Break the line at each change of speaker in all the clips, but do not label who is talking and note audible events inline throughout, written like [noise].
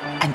an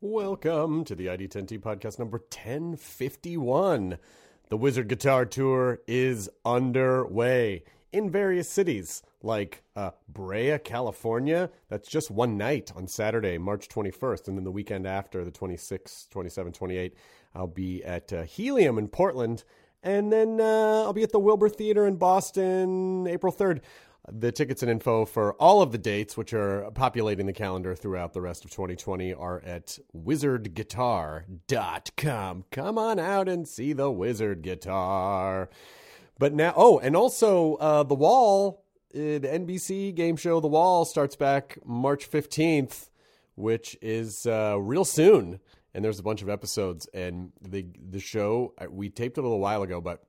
Welcome to the ID10T podcast number 1051. The Wizard Guitar Tour is underway in various cities like uh, Brea, California. That's just one night on Saturday, March 21st. And then the weekend after, the 26th, 27th, 28th, I'll be at uh, Helium in Portland. And then uh, I'll be at the Wilbur Theater in Boston April 3rd. The tickets and info for all of the dates, which are populating the calendar throughout the rest of 2020, are at wizardguitar.com. Come on out and see the Wizard Guitar. But now, oh, and also uh, The Wall, uh, the NBC game show The Wall starts back March 15th, which is uh, real soon. And there's a bunch of episodes. And the, the show, I- we taped it a little while ago, but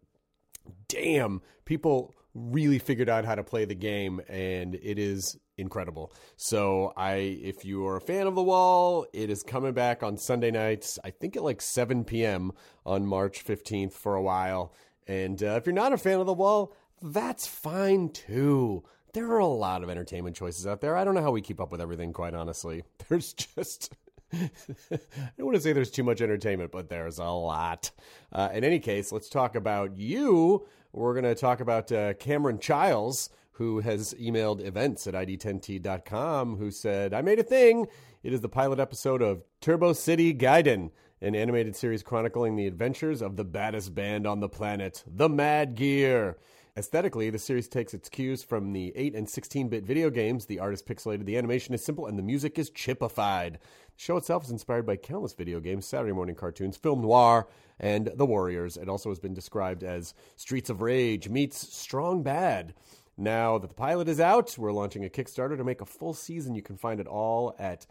damn, people really figured out how to play the game and it is incredible. So I if you are a fan of The Wall, it is coming back on Sunday nights, I think at like 7 p.m. on March 15th for a while. And uh, if you're not a fan of The Wall, that's fine too. There are a lot of entertainment choices out there. I don't know how we keep up with everything quite honestly. [laughs] There's just [laughs] I don't want to say there's too much entertainment, but there's a lot. Uh, in any case, let's talk about you. We're going to talk about uh, Cameron Childs, who has emailed events at id10t.com, who said, I made a thing. It is the pilot episode of Turbo City Gaiden, an animated series chronicling the adventures of the baddest band on the planet, the Mad Gear. Aesthetically, the series takes its cues from the 8 and 16 bit video games. The art is pixelated, the animation is simple, and the music is chipified. The show itself is inspired by countless video games, Saturday morning cartoons, film noir, and The Warriors. It also has been described as Streets of Rage meets Strong Bad. Now that the pilot is out, we're launching a Kickstarter to make a full season. You can find it all at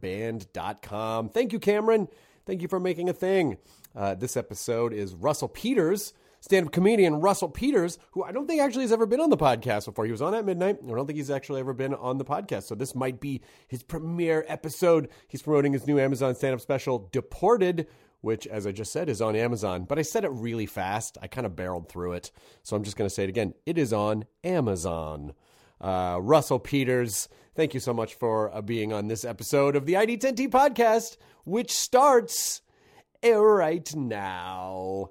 madgearband.com. Thank you, Cameron. Thank you for making a thing. Uh, this episode is Russell Peters, stand up comedian Russell Peters, who I don't think actually has ever been on the podcast before. He was on at midnight. I don't think he's actually ever been on the podcast. So this might be his premiere episode. He's promoting his new Amazon stand up special, Deported, which, as I just said, is on Amazon. But I said it really fast. I kind of barreled through it. So I'm just going to say it again. It is on Amazon. Uh, Russell Peters, thank you so much for uh, being on this episode of the ID10T podcast, which starts eh, right now.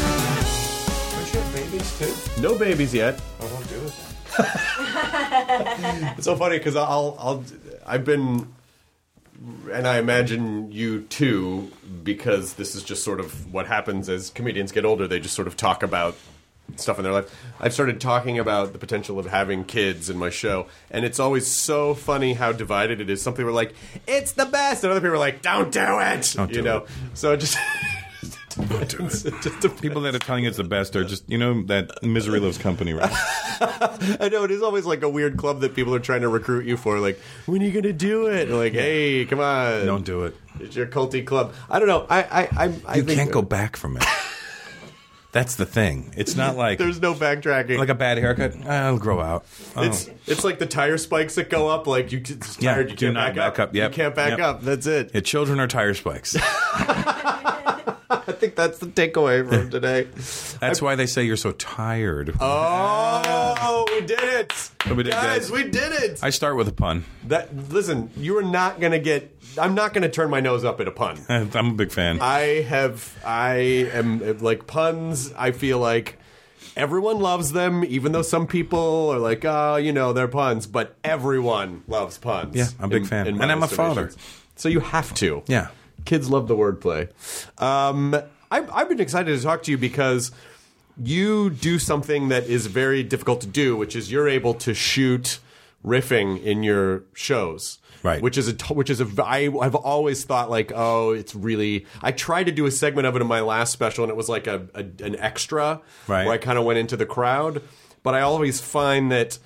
Don't you have babies too?
No babies yet.
I won't do it. then.
It's so funny because I'll, I'll, I've been, and I imagine you too, because this is just sort of what happens as comedians get older. They just sort of talk about stuff in their life. I've started talking about the potential of having kids in my show, and it's always so funny how divided it is. Some people are like, "It's the best," and other people are like, "Don't do it,"
Don't
you
do
know.
it.
So it just. [laughs] Don't do it. just depends.
People that are telling you it's the best are just, you know, that misery loves company, right?
I know it is always like a weird club that people are trying to recruit you for. Like, when are you gonna do it? And like, hey, come on,
[laughs] Don't do it.
It's your culty club. I don't know. I I I, I
You
think-
can't go back from it. That's the thing. It's not
[laughs]
like
There's no backtracking.
like a bad haircut. I'll grow out. Oh.
It's it's like the tire spikes that go up. Like you get tired,
Yeah,
you
do
can't
not
back,
back
up.
up, yep,
You can't back
yep.
up. That's it.
Yeah, children are
[laughs]
tire spikes.
I think that's the takeaway
[laughs]
from today.
That's why they say you're so tired.
oh, we did it,
We did
guys!
good.
We did it.
I start with a pun.
that listen, you are not gonna get. I'm not gonna turn my nose up at a pun.
[laughs] I'm a big fan.
I have. I am like puns. I feel like everyone loves them, even though some people are like, oh, you know, they're puns. But everyone loves puns.
Yeah, I'm a big fan.
my
And I'm a father.
estimations. so you have to.
Yeah.
kids love the wordplay. Um, I, I've been excited to talk to you because you do something that is very difficult to do, which is you're able to shoot riffing in your shows.
Right.
Which is a t- which is a v- I have always thought like oh it's really I tried to do a segment of it in my last special and it was like a, a an extra
Right.
where I kind of went into the crowd but I always find that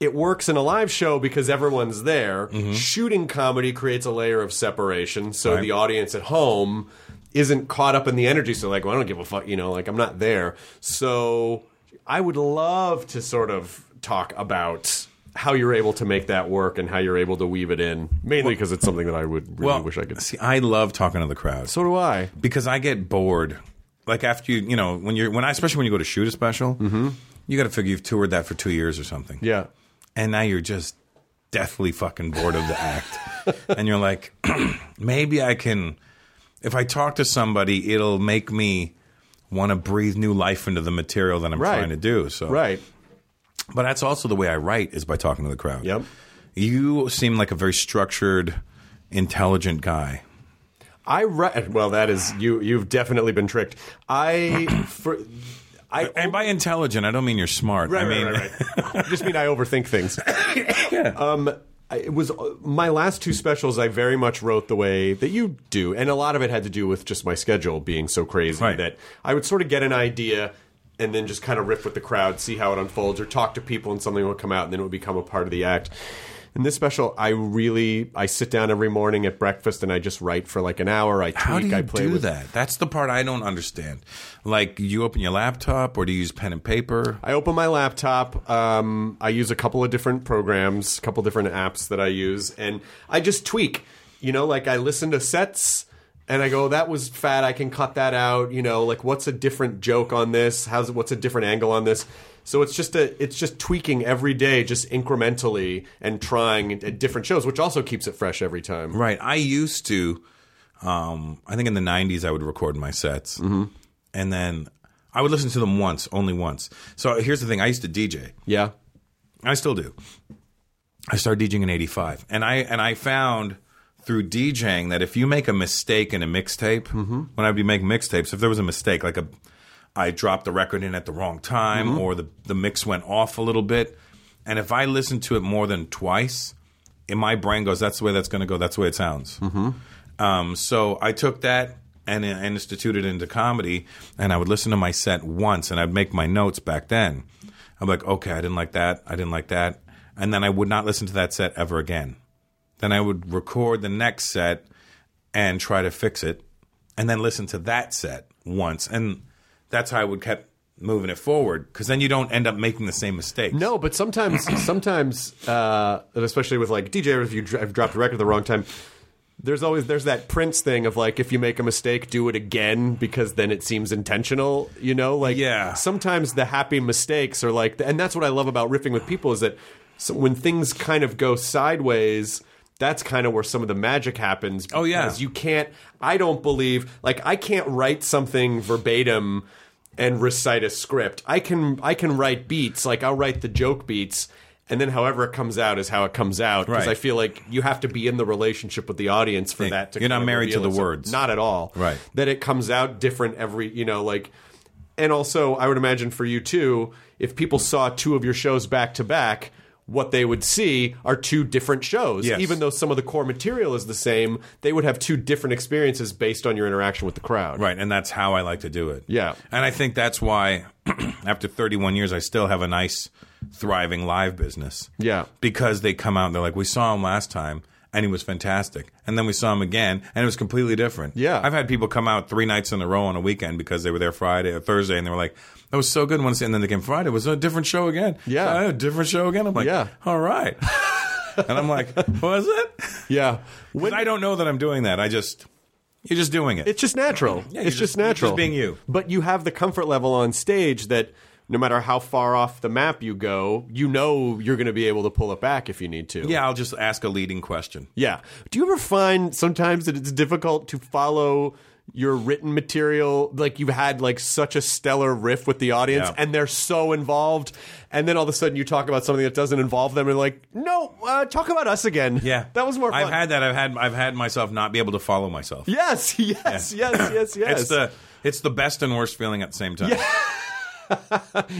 it works in a live show because everyone's there shooting comedy creates a layer of separation so
Mm-hmm. Right.
the audience at home isn't caught up in the energy so like well, I don't give a fuck you know like I'm not there so I would love to sort of talk about how you're able to make that work and how you're able to weave it in mainly because it's something that I would really
Well,
wish I could
see. I love talking to the crowd.
so do I
because I get bored. Like after you, you know, when you're when I especially when you go to shoot a special, you got to figure you've toured that for two years or something.
Mm-hmm. yeah
and now you're just deathly fucking bored of the
[laughs]
act, and you're like, [clears throat] maybe I can, if I talk to somebody, it'll make me want to breathe new life into the material that I'm
Right.
trying to do. So
right
but that's also the way I write is by talking to the crowd.
Yep.
You seem like a very structured, intelligent guy.
I re- well that is you you've definitely been tricked I for I
And by intelligent, I don't mean you're smart.
Right,
I mean,
right, right, right. just mean I overthink things. Um, I, it was my last two specials. I very much wrote the way that you do, and a lot of it had to do with just my schedule being so crazy
Right.
that I would sort of get an idea and then just kind of riff with the crowd, see how it unfolds, or talk to people, and something would come out, and then it would become a part of the act. In this special, I really I sit down every morning at breakfast and I just write for like an hour. I tweak.
how do you
I play
do
with
that? That's the part I don't understand. Like, you open your laptop or do you use pen and paper?
I open my laptop. Um, I use a couple of different programs, a couple different apps that I use, and I just tweak. You know, like I listen to sets and I go, "That was fat. I can cut that out." You know, like what's a different joke on this? How's what's a different angle on this? So it's just a it's just tweaking every day, just incrementally, and trying at different shows, which also keeps it fresh every time.
Right. I used to. Um, I think in the '90s, I would record my sets, and then I would listen to them once, only once. So here's the thing: I used to DJ.
Yeah.
I still do. I started DJing in '85, and I and I found through DJing that if you make a mistake in a mixtape, when I'd be making mixtapes, if there was a mistake, like a I dropped the record in at the wrong time, or the the mix went off a little bit, and if I listened to it more than twice, in my brain goes, "That's the way that's going to go. That's the way it sounds." Um, so I took that and, uh, and instituted into comedy, and I would listen to my set once, and I'd make my notes back then. I'm like, okay, I didn't like that, I didn't like that, and then I would not listen to that set ever again. Then I would record the next set and try to fix it, and then listen to that set once, and that's how I would kept moving it forward because then you don't end up making the same mistakes.
No, but sometimes, [clears throat] sometimes, uh, and especially with like DJ, if you dr- have dropped a record at the wrong time, there's always there's that Prince thing of like if you make a mistake, do it again because then it seems intentional. You know, like
Yeah.
Sometimes the happy mistakes are like, and that's what I love about riffing with people is that so when things kind of go sideways. That's kind of where some of the magic happens.
Oh, yeah.
because you can't. I don't believe. Like I can't write something verbatim and recite a script. I can I can write beats, like I'll write the joke beats, and then however it comes out is how it comes out. Because
Right.
I feel like you have to be in the relationship with the audience for
Yeah.
that to.
You're not
kind of
married to
reveal
the
itself.
words.
Not at all.
Right.
That it comes out different every. You know, like. And also, I would imagine for you too, if people saw two of your shows back to back, what they would see are two different shows.
Yes.
Even though some of the core material is the same, they would have two different experiences based on your interaction with the crowd.
Right, and that's how I like to do it.
Yeah.
And I think that's why [clears throat] after 31 years I still have a nice thriving live business.
Yeah.
Because they come out and they're like, "We saw him last time and he was fantastic. And then we saw him again, and it was completely different.
Yeah.
I've had people come out three nights in a row on a weekend because they were there Friday or Thursday, and they were like, "That was so good." Once, and then they came Friday, it was a different show again.
Yeah.
So, a different show again. I'm like,
Yeah. [laughs]
all right. and I'm like, was it?
Yeah.
'Cause I don't know that I'm doing that. I just you're just doing it.
It's just natural.
Yeah, you're
it's just,
just- you're just
natural.
being you.
But you have the comfort level on stage that no matter how far off the map you go, you know you're going to be able to pull it back if you need to.
yeah, I'll just ask a leading question.
Yeah. Do you ever find sometimes that it's difficult to follow your written material? Like you've had like such a stellar riff with the audience
Yeah.
and they're so involved. And then all of a sudden you talk about something that doesn't involve them and like, no, uh, talk about us again.
Yeah,
[laughs] That was more fun.
I've had that. I've had I've had myself not be able to follow myself.
Yes, [laughs] yes, yes, yes, yes.
[laughs] It's the it's the best and worst feeling at the same time.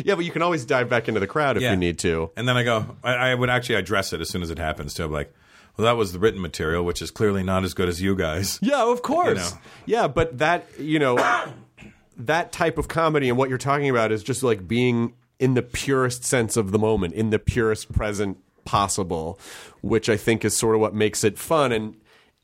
yeah, but you can always dive back into the crowd if
Yeah.
you need to.
And then I go, I, I would actually address it as soon as it happens too. I'm like, well, that was the written material, which is clearly not as good as you guys.
[laughs] Yeah, of course.
know.
Yeah, but that you know [coughs] that type of comedy and what you're talking about is just like being in the purest sense of the moment, in the purest present possible, which I think is sort of what makes it fun and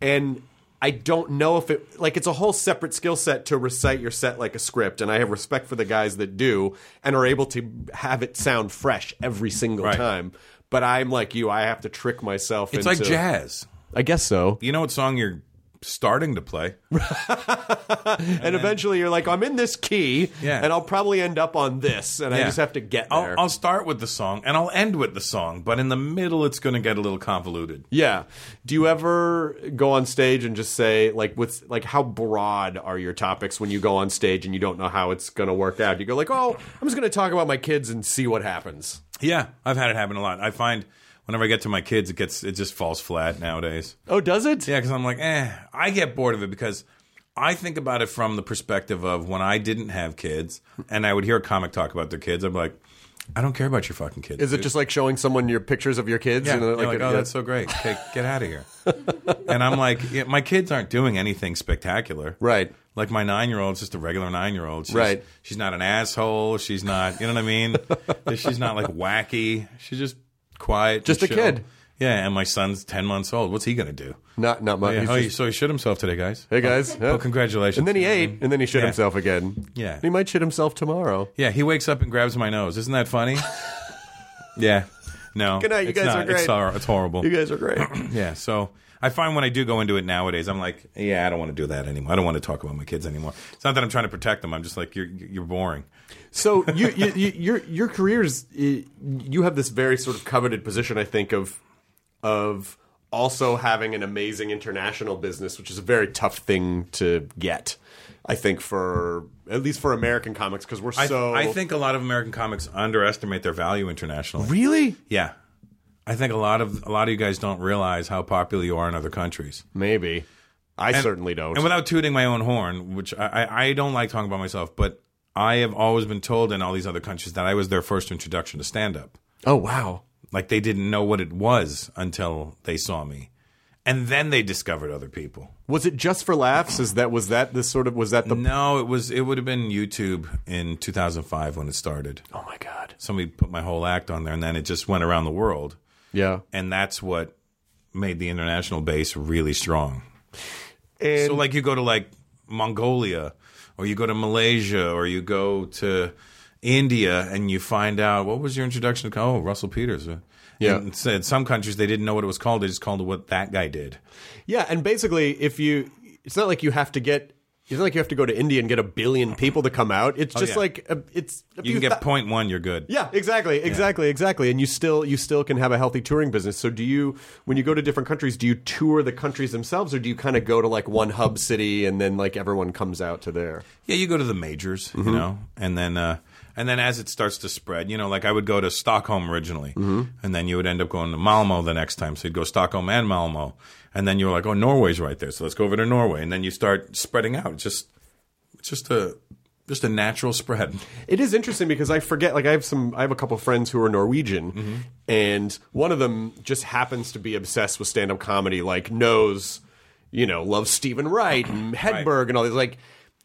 and I don't know if it like it's a whole separate skill set to recite your set like a script and I have respect for the guys that do and are able to have it sound fresh every single
Right.
time. But I'm like you, I have to trick myself
It's
into
like jazz.
I guess so.
You know what song you're starting to play?
and eventually you're like, I'm in this key,
Yeah.
and I'll probably end up on this, and I
Yeah.
just have to get there.
I'll, I'll start with the song and I'll end with the song, but in the middle, it's going to get a little convoluted.
yeah. Do you ever go on stage and just say like, with like, how broad are your topics when you go on stage and you don't know how it's going to work out? You go like, oh, I'm just going to talk about my kids and see what happens.
Yeah, I've had it happen a lot. I find whenever I get to my kids, it gets it just falls flat nowadays.
Oh, does it?
Yeah, because I'm like, eh, I get bored of it because I think about it from the perspective of when I didn't have kids and I would hear a comic talk about their kids. I'm like, I don't care about your fucking kids.
Is it just like showing someone your pictures of your kids?
Yeah,
and
you're
they're
like,
a-
oh, that's so great. Okay, get out of here. [laughs] and I'm like, yeah, my kids aren't doing anything spectacular.
Right.
Like my nine year old's just a regular nine year old.
Right.
She's not an asshole. She's not, you know what I mean?
[laughs]
she's not like wacky. She's just quiet.
Just a
chill.
kid.
Yeah, and my son's 10 months old. What's he going to do?
not not much.
Yeah,
He's
oh, he-
just-
so he shit himself today, guys.
hey
[laughs]
guys,
Well, congratulations.
And then he ate, and then he shit
Yeah.
himself again.
Yeah.
And he might shit himself tomorrow.
Yeah, he wakes up and grabs my nose. Isn't
[laughs]
that funny? yeah. No.
Good night, you
it's
guys
not.
are great.
It's, hor- it's horrible.
You guys are great.
Yeah, so I find when I do go into it nowadays, I'm like, yeah, I don't want to do that anymore. I don't want to talk about my kids anymore. It's not that I'm trying to protect them. I'm just like, you're you're boring.
So you, you, you your your careers eh, you have this very sort of coveted position I think of of also having an amazing international business which is a very tough thing to get I think for at least for American comics because we're
I,
so
I think a lot of American comics underestimate their value internationally.
really
Yeah, I think a lot of a lot of you guys don't realize how popular you are in other countries.
maybe I
And-
certainly don't
And without tooting my own horn, which I, I, I don't like talking about myself, but I have always been told in all these other countries that I was their first introduction to stand up.
oh wow
Like they didn't know what it was until they saw me. And then they discovered other people.
was it just for laughs is that was that the sort of was that the
No, it was it would have been YouTube in 2005 when it started.
oh my god
Somebody put my whole act on there and then it just went around the world
yeah
and that's what made the international base really strong.
and
so like you go to like Mongolia or you go to Malaysia or you go to India and you find out what was your introduction to oh Russell Peters. uh,
Yeah.
And it said some countries they didn't know what it was called, they just called it what that guy did.
Yeah, and basically, if you, it's not like you have to get. It's not like you have to go to India and get a billion people to come out. It's just
Oh, yeah.
like a, it's. A few
You can get
thou-
point 1 you're good.
Yeah, exactly, exactly, exactly. And you still you still can have a healthy touring business. So do you when you go to different countries, do you tour the countries themselves, or do you kind of go to like one hub city and then like everyone comes out to there?
Yeah, you go to the majors, you know, and then uh, and then as it starts to spread, you know, like I would go to Stockholm originally, and then you would end up going to Malmo the next time. So you'd go Stockholm and Malmo, and then you were like, oh, Norway's right there, so let's go over to Norway, and then you start spreading out. It's just, it's just a just a natural spread. [laughs]
It is interesting because I forget. Like I have some, I have a couple friends who are Norwegian, and one of them just happens to be obsessed with stand up comedy. Like knows, you know, loves Stephen Wright and Hedberg and all these. Like,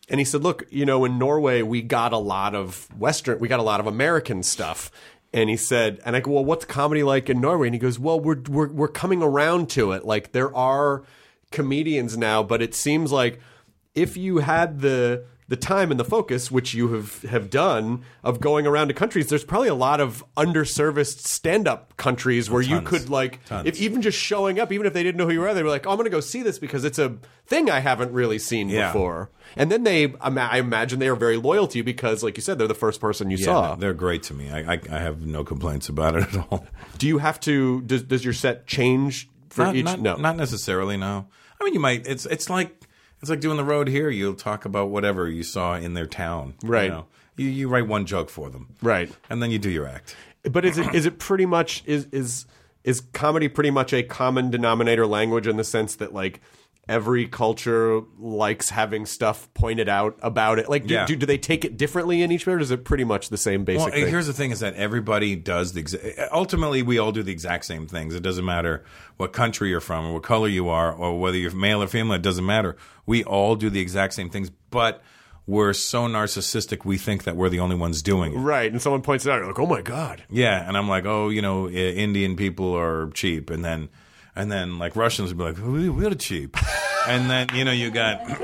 and he said, look, you know, in Norway we got a lot of Western, we got a lot of American stuff. And he said, and I go, well, what's comedy like in Norway? And he goes, well, we're we're we're coming around to it. Like there are comedians now, but it seems like if you had the the time and the focus which you have have done of going around to countries there's probably a lot of underserviced stand-up countries where you
Tons.
could like
Tons.
if even just showing up even if they didn't know who you were they were like oh, i'm going to go see this because it's a thing i haven't really seen
Yeah.
before and then they I'm- i imagine they are very loyal to you because like you said they're the first person you saw
Yeah, they're great to me. I, I I have no complaints about it at all.
do you have to does, does your set change for
not,
each
not,
no
not necessarily. No, I mean you might. It's it's like it's like doing the road here. You'll talk about whatever you saw in their town.
Right.
You, know? you, you write one joke for them.
Right.
And then you do your act.
But is it is it pretty much is is is comedy pretty much a common denominator language in the sense that like every culture likes having stuff pointed out about it? Like, do,
Yeah.
do, do they take it differently in each bit, or is it pretty much the same basic
Well,
thing?
here's the thing: is that everybody does the exa- ultimately we all do the exact same things. It doesn't matter what country you're from, or what color you are, or whether you're male or female. It doesn't matter. We all do the exact same things, but we're so narcissistic we think that we're the only ones doing it.
right, and someone points it out, you're like, oh my god,
Yeah, and I'm like, oh, you know, I- Indian people are cheap, and then, and then like Russians would be like, we, we're cheap, [laughs] and then you know you got,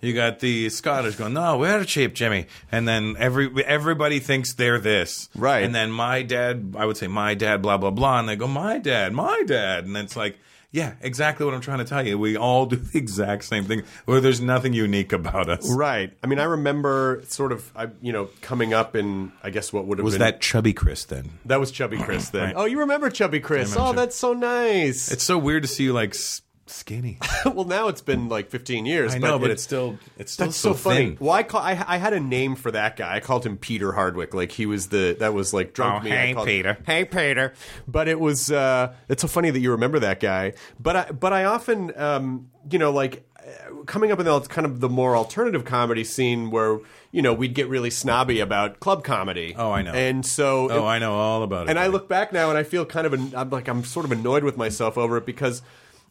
you got the Scottish going, no, we're cheap, Jimmy, and then every everybody thinks they're this,
Right.
And then my dad, I would say my dad, blah blah blah, and they go, my dad, my dad, and it's like. Yeah, exactly what I'm trying to tell you. We all do the exact same thing. Where there's nothing unique about us.
right? I mean, I remember sort of, I you know, coming up in I guess what would have
Was
been
that chubby Chris then?
that was Chubby Chris then.
Right.
Oh, you remember Chubby Chris?
remember
oh,
Chub-
that's so nice.
It's so weird to see you like s- skinny.
well, now it's been like 15 years.
I know, but
it-
it's still it's still
That's so, funny.
thin.
Well, I, call, I I had a name for that guy. I called him Peter Hardwick. Like he was the that was like drunk
Oh,
me. I
hey,
called-
Peter.
Hey Peter. But it was uh, it's so funny that you remember that guy. But I but I often um, you know like uh, coming up in the kind of the more alternative comedy scene where you know we'd get really snobby about club comedy.
Oh, I know.
And so
Oh, I know all about it.
and I
buddy.
look back now and I feel kind of an, I'm like I'm sort of annoyed with myself over it because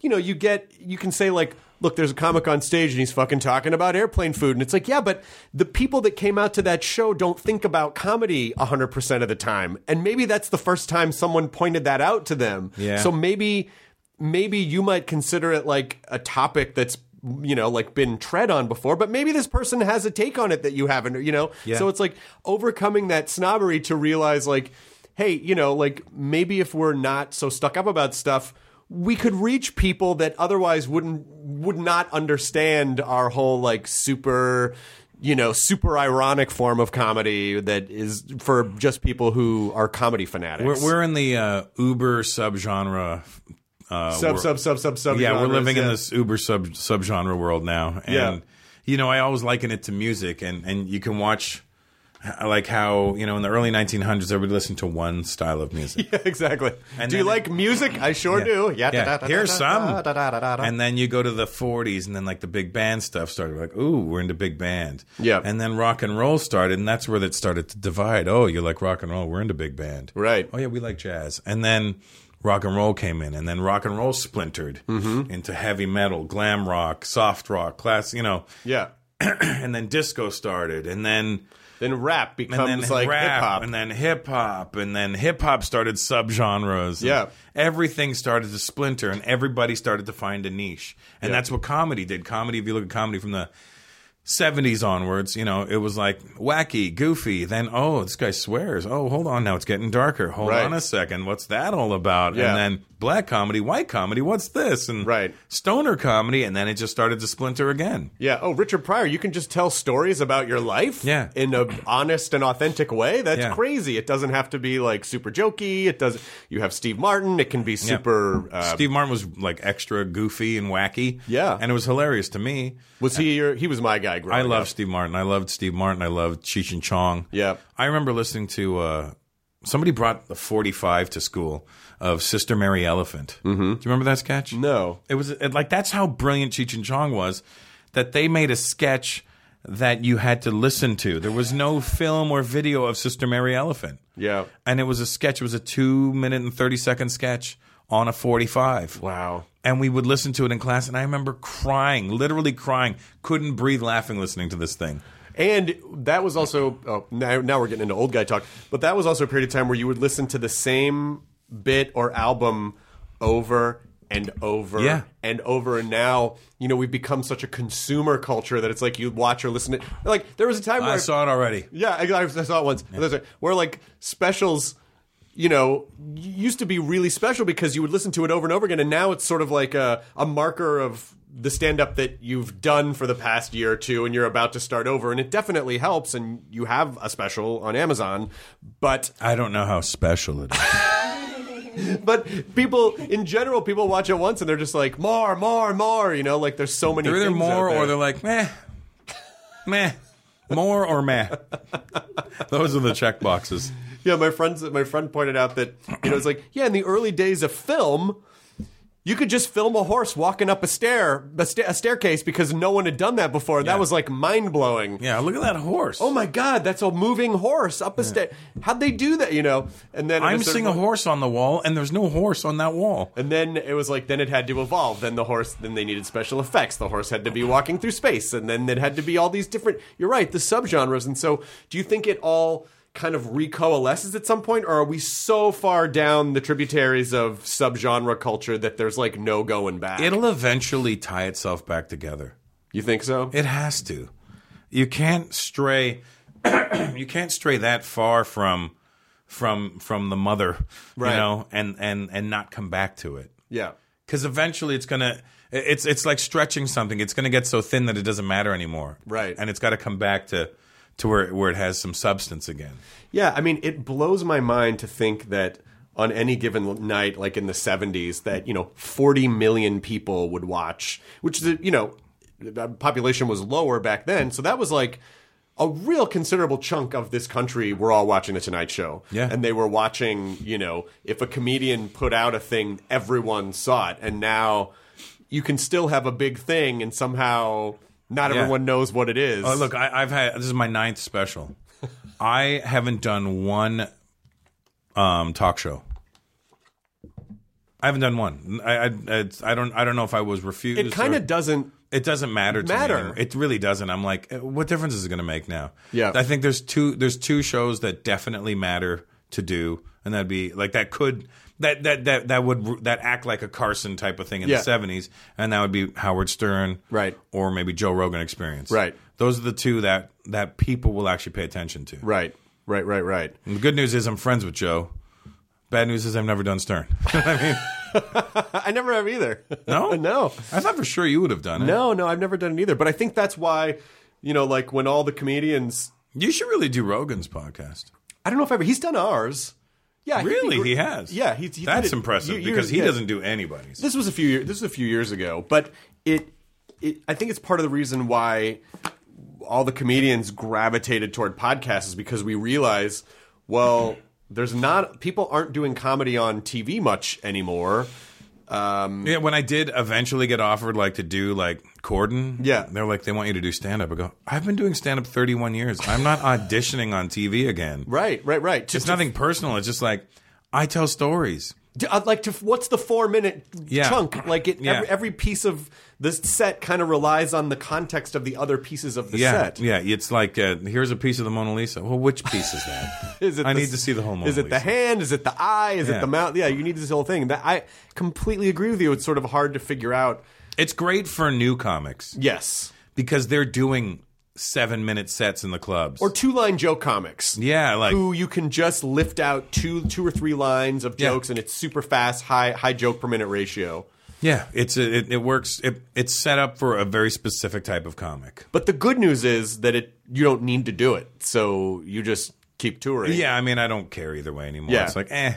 you know you get you can say like look there's a comic on stage and he's fucking talking about airplane food and it's like yeah but the people that came out to that show don't think about comedy 100% of the time and maybe that's the first time someone pointed that out to them
Yeah.
so maybe maybe you might consider it like a topic that's you know like been tread on before but maybe this person has a take on it that you haven't you know
Yeah.
so it's like overcoming that snobbery to realize like hey you know like maybe if we're not so stuck up about stuff we could reach people that otherwise wouldn't would not understand our whole like super you know super ironic form of comedy that is for just people who are comedy fanatics
we're, we're in the uh, Uber subgenre. Uh,
sub
wor-
sub sub sub sub
Yeah, we're
genres,
living in
yeah.
this Uber sub subgenre world now, and
Yeah.
you know I always liken it to music, and and you can watch. h- Like how you know in the early 1900s, everybody listened to one style of music.
[laughs] exactly.
And
do you
then-
like music? I sure do. Yeah, da, da, da,
here's
da,
some.
da, da, da, da, da.
And then you go to the 40s, and then like the big band stuff started. Like, ooh, we're into big band.
Yeah.
And then rock and roll started, and that's where that started to divide. Oh, you like rock and roll? We're into big band.
Right.
Oh yeah, we like jazz. And then rock and roll came in, and then rock and roll splintered
Mm-hmm.
into heavy metal, glam rock, soft rock, class. You know. [clears throat]
yeah.
And then disco started, and then
Then rap
and
becomes
then
like
rap,
hip hop.
and then hip hop, and then hip hop started subgenres. and
Yeah.
everything started to splinter, and everybody started to find a niche, and that's what comedy did. Comedy, if you look at comedy from the 70s onwards, you know, it was like wacky, goofy. Then, oh, this guy swears. Oh, hold on now, it's getting darker. Hold
Right.
on a second. What's that all about?
Yeah.
And then black comedy, white comedy, what's this? And
Right.
stoner comedy, and then it just started to splinter again.
yeah. Oh, Richard Pryor, you can just tell stories about your life
Yeah.
in an honest and authentic way. That's
Yeah.
crazy. It doesn't have to be like super jokey. It doesn't. You have Steve Martin. It can be
Yeah.
super. Uh,
Steve Martin was like extra goofy and wacky.
Yeah.
And it was hilarious to me.
was he your? He was my guy growing
I love
up.
Steve Martin. I loved Steve Martin. I loved Cheech and Chong.
Yeah.
I remember listening to uh, somebody brought the 45 to school of Sister Mary Elephant. Mm-hmm. Do you remember that sketch?
No.
It was it, like that's how brilliant Cheech and Chong was that they made a sketch that you had to listen to. There was no film or video of Sister Mary Elephant.
Yeah.
And it was a sketch, it was a 2 minute and 30 second sketch on a 45
Wow.
and we would listen to it in class and i remember crying literally crying couldn't breathe laughing listening to this thing
And that was also oh, now, now we're getting into old guy talk, but that was also a period of time where you would listen to the same bit or album over and over
Yeah.
and over and now you know we've become such a consumer culture that it's like you watch or listen to like there was a time where
I saw it already.
yeah, I, I saw it once. That's right. Where like specials, you know, used to be really special because you would listen to it over and over again, and now it's sort of like a, a marker of the stand up that you've done for the past year or two, and you're about to start over, and it definitely helps. And you have a special on Amazon, but
I don't know how special it [laughs] is.
but people in general, people watch it once and they're just like more, more, more. You know, like there's so many.
they're either
things
more
out there.
or they're like meh, meh, more or meh. Those are the check boxes.
Yeah, my friends, my friend pointed out that you know it's like yeah, in the early days of film, you could just film a horse walking up a stair, a, sta- a staircase, because no one had done that before. and That
Yeah.
was like mind blowing.
Yeah, look at that horse.
Oh my god, that's a moving horse up a stair. How'd they do that? You know, and then at
I'm
certain
seeing a
point-
horse on the wall, and there's no horse on that wall.
And then it was like, then it had to evolve. Then the horse, then they needed special effects. The horse had to be walking through space, and then it had to be all these different. You're right, the subgenres. And so, do you think it all kind of recoalesces at some point, or are we so far down the tributaries of subgenre culture that there's like no going back?
It'll eventually tie itself back together.
you think so?
It has to. You can't stray. [clears throat] you can't stray that far from from from the mother,
Right.
you know, and and and not come back to it.
yeah.
Because eventually, it's gonna. It's it's like stretching something. It's gonna get so thin that it doesn't matter anymore.
Right.
And it's got to come back to to where where it has some substance again.
Yeah, I mean, it blows my mind to think that on any given night, like in the 70s, that, you know, 40 million people would watch, which, is, you know, the population was lower back then. So that was like a real considerable chunk of this country were all watching The Tonight Show.
Yeah.
And they were watching, you know, if a comedian put out a thing, everyone saw it. And now you can still have a big thing and somehow not
Yeah.
everyone knows what it is.
Oh, look, I, I've had this is my
[laughs]
ninth special. I haven't done one um, talk show. I haven't done one. I, I, it's- I don't I don't know if I was refused.
It kind
or-
of doesn't
It doesn't matter to
Matter.
me. anymore. It really doesn't. I'm like, eh, what difference is it going to make now?
Yeah.
I think there's two there's two shows that definitely matter to do, and that'd be like that could that that that that would that act like a Carson type of thing in
Yeah.
the '70s, and that would be Howard Stern,
Right.
or maybe Joe Rogan Experience,
Right.
Those are the two that that people will actually pay attention to.
Right, right, right, right.
And the good news is I'm friends with Joe. Bad news is I've never done
[laughs]
Stern.
I never have either. [laughs]
No,
no.
I thought for sure you would have done it.
No, no, I've never done it either. But I think that's why, you know, like when all the comedians,
you should really do Rogan's podcast.
I don't know if ever he's done ours. Yeah, I think
Really,
gr-
he has.
Yeah, he, he did
that's
it-
impressive
you- you-
because he
yeah.
doesn't do anybody's.
This was a few years. This was a few years ago, but it, it. I think it's part of the reason why all the comedians gravitated toward podcasts is because we realize, well, there's not people aren't doing comedy on TV much anymore. Um,
yeah, when I did eventually get offered like to do like Corden,
Yeah.
they're like they want you to do stand up. I go, I've been doing stand up 31 years.
[laughs]
I'm not auditioning on TV again.
right, right, right. To-
It's
to-
nothing personal. It's just like I tell stories.
To- I'd uh, like to. What's the four minute
Yeah.
chunk? Like it.
Yeah.
Every, every piece of this set kind of relies on the context of the other pieces of the
Yeah,
set.
yeah. It's like uh, here's a piece of the Mona Lisa. Well, which piece is that?
[laughs] Is it
I
the-
need to see the whole Mona
Is it the
Lisa.
hand? Is it the eye? Is it
Yeah.
the mouth? Yeah, you need this whole thing. That I completely agree with you. It's sort of hard to figure out.
It's great for new comics
Yes,
because they're doing seven minute sets in the clubs.
or two line joke comics.
yeah, like
Who you can just lift out two two or three lines of
Yeah.
jokes and it's super fast, high high joke per minute ratio.
yeah. It's a, it, it works. It, it's set up for a very specific type of comic.
But the good news is that it you don't need to do it, so you just keep touring.
Yeah, I mean, I don't care either way anymore.
Yeah.
It's like, eh,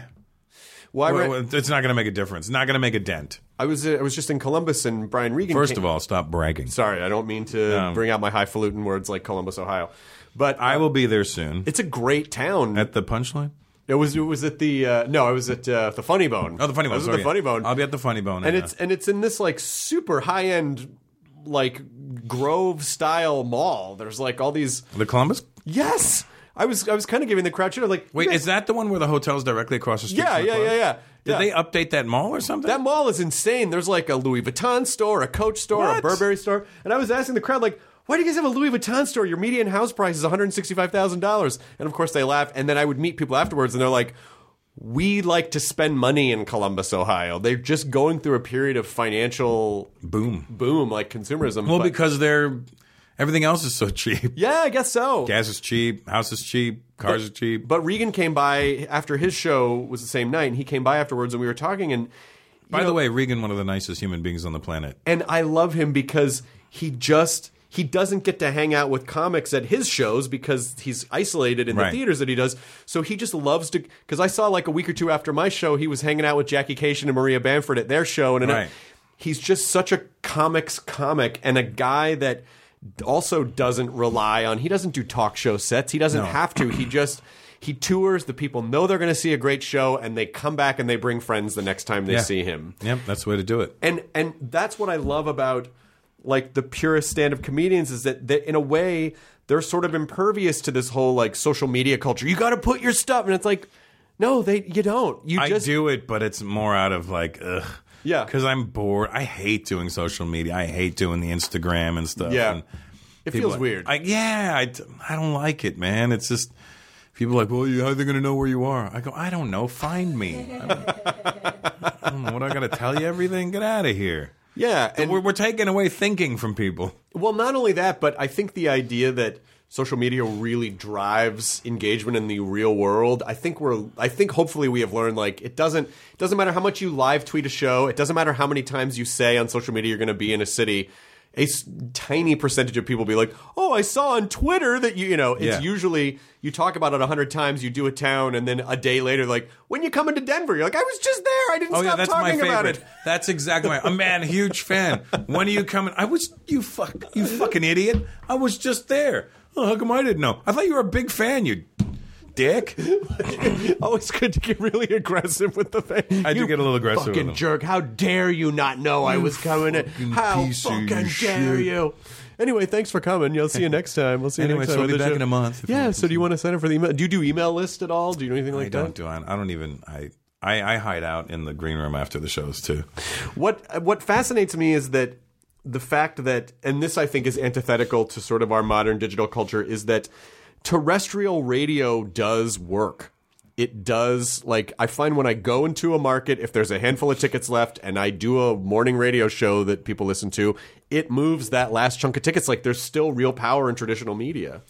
Why?
Well, well, it's not going to make a difference. Not going to make a dent.
I was uh, I was just in Columbus and Brian Regan.
First
came-
of all, stop bragging.
sorry, I don't mean to
No.
bring out my highfalutin words like Columbus, Ohio, but
I will be there soon
It's a great town.
at the punchline.
it was it was at the uh, no, I was at uh, the Funny Bone.
Oh, the funny
I
bone.
was at
sorry.
the Funny Bone.
I'll be at the funny bone.
and
yeah.
it's and it's in this like super high end like Grove style mall. There's like all these
the Columbus.
yes. I was I was kind of giving the crowd shit. I'm like
Wait,
you guys-
is that the one where the hotel's directly across the street?
yeah
from the
yeah
club?
yeah yeah.
Did
yeah.
they update that mall or something?
That mall is insane. There's like a Louis Vuitton store, a Coach store, a
What?
Burberry store, and I was asking the crowd like, Why do you guys have a Louis Vuitton store? Your median house price is $165,000. And of course, they laugh. And then I would meet people afterwards and they're like, we like to spend money in Columbus, Ohio. They're just going through a period of financial
Boom.
boom, like consumerism.
Well,
but-
because they're everything else is so [laughs] cheap.
yeah, I guess so.
Gas is cheap, house is cheap, cars are cheap.
But Regan came by after his show was the same night, and he came by afterwards, and we were talking, and
By the way, Regan, one of the nicest human beings on the planet.
and I love him because he just he doesn't get to hang out with comics at his shows because he's isolated in
Right.
the theaters that he does. So he just loves to because I saw like a week or two after my show, he was hanging out with Jackie Cation and Maria Bamford at their show, and, and
Right.
he's just such a comics comic and a guy that also doesn't rely on he doesn't do talk show sets he doesn't
No.
have to he just he tours the people know they're going to see a great show and they come back and they bring friends the next time they
Yeah.
see him
Yep, that's the way to do it.
and and that's what I love about like the purest stand-up comedians is that that in a way they're sort of impervious to this whole like social media culture. You got to put your stuff, and it's like, no, they you don't. You
I
just
do it, but it's more out of like, ugh.
Yeah.
Because I'm bored. I hate doing social media. I hate doing the Instagram and stuff.
Yeah.
And
It
Um, people
feels
are-
weird.
I, yeah, I, d- I don't like it, man. It's just people are like, well, you, how are they going to know where you are? I go, I don't know. Find me. I don't, I don't know what I got to tell you. Everything. Get out of here.
yeah, and
we're, we're taking away thinking from people.
Well, not only that, but I think the idea that social media really drives engagement in the real world. I think we're I think hopefully we have learned like it doesn't it doesn't matter how much you live tweet a show, it doesn't matter how many times you say on social media you're going to be in a city. A s- tiny percentage of people be like, "Oh, I saw on Twitter that you, you know, it's
Yeah.
usually you talk about it a hundred times, you do a town, and then a day later, like when you coming to Denver, you're like, I was just there, I didn't
Oh
stop
yeah, that's my
talking
favorite.
about it.
That's exactly my. I'm man, huge fan. When are you coming? I was you fuck you fucking idiot. I was just there. Oh, how come I didn't know? I thought you were a big fan. You
[laughs]
dick.
Oh Always good to get really aggressive with the face.
I do get a little aggressive with
Fucking
them.
jerk! How dare you not know I was coming? In.
fucking
How
piece of
fucking dare
shit.
you? Anyway, thanks for coming. I'll see you next time. We'll see you
Anyway,
next
so
time.
we'll
with
be
the
back
show.
in a month if
Yeah.
you-
So do you want to sign up for the email? Do you do email list at all? Do you do anything like
I don't
that?
do. I, I don't even. I I I hide out in the green room after the shows too.
What What fascinates me is that the fact that, and this I think is antithetical to sort of our modern digital culture, is that terrestrial radio does work. It does like I find when I go into a market, if there's a handful of tickets left, and I do a morning radio show that people listen to, it moves that last chunk of tickets. Like there's still real power in traditional media.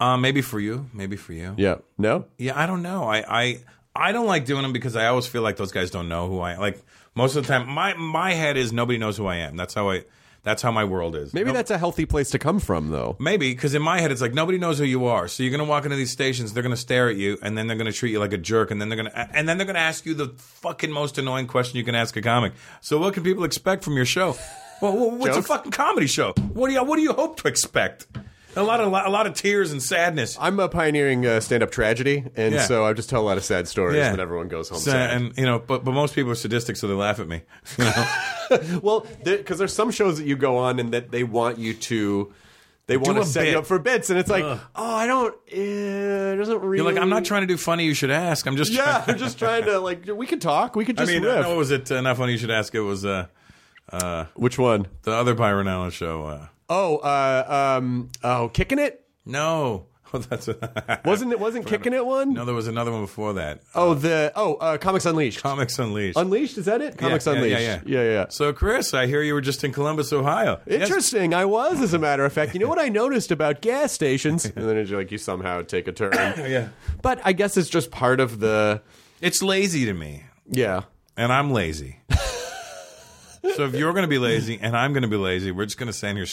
Uh, maybe for you. Maybe for you.
Yeah. No.
Yeah, I don't know. I I I don't like doing them because I always feel like those guys don't know who I like. Most of the time, my my head is nobody knows who I am. That's how I. That's how my world is.
Maybe
No-
that's a healthy place to come from, though.
Maybe because in my head it's like nobody knows who you are. So you're gonna walk into these stations, they're gonna stare at you, and then they're gonna treat you like a jerk, and then they're gonna and then they're gonna ask you the fucking most annoying question you can ask a comic. So what can people expect from your show? Well, wh- what's
Jokes?
a fucking comedy show? What do you what do you hope to expect? A lot of a lot of tears and sadness.
I'm a pioneering uh, stand-up tragedy, and
Yeah.
so I just tell a lot of sad stories, and everyone goes home
So,
sad.
and you know, but but most people are sadistic, so they laugh at me. [laughs] You know?
Well, because there's some shows that you go on and that they want you to. They want
a
to set
bit.
you up for bits, and it's like, oh, I don't. eh, It doesn't really.
You're like, I'm not trying to do funny. You should ask. I'm just
[laughs] Yeah,
Trying [laughs]
I'm just trying to like. We could talk. We could
I
just
mean,
riff.
no, was it uh, not funny? You should ask. It was uh,
Which one?
the other Pyronella show. Uh,
Oh, uh, um, oh, kicking it
no, [laughs] oh, that's
wasn't it? Wasn't kicking it one?
No, there was another one before that.
Oh, the oh, uh, Comics Unleashed.
Comics Unleashed.
Unleashed is that it?
Yeah,
Comics
yeah,
Unleashed.
Yeah,
yeah, yeah.
So, Chris, I hear you were just in Columbus, Ohio. Yes.
Interesting. I was, as a matter of fact. You know what I noticed about gas stations? [laughs] And then it's like you somehow take a turn.
Yeah.
[coughs] But I guess it's just part of the
It's lazy to me,
yeah.
and
[laughs]
I'm lazy. so if you're going to be lazy and I'm going to be lazy, we're just going to stand here,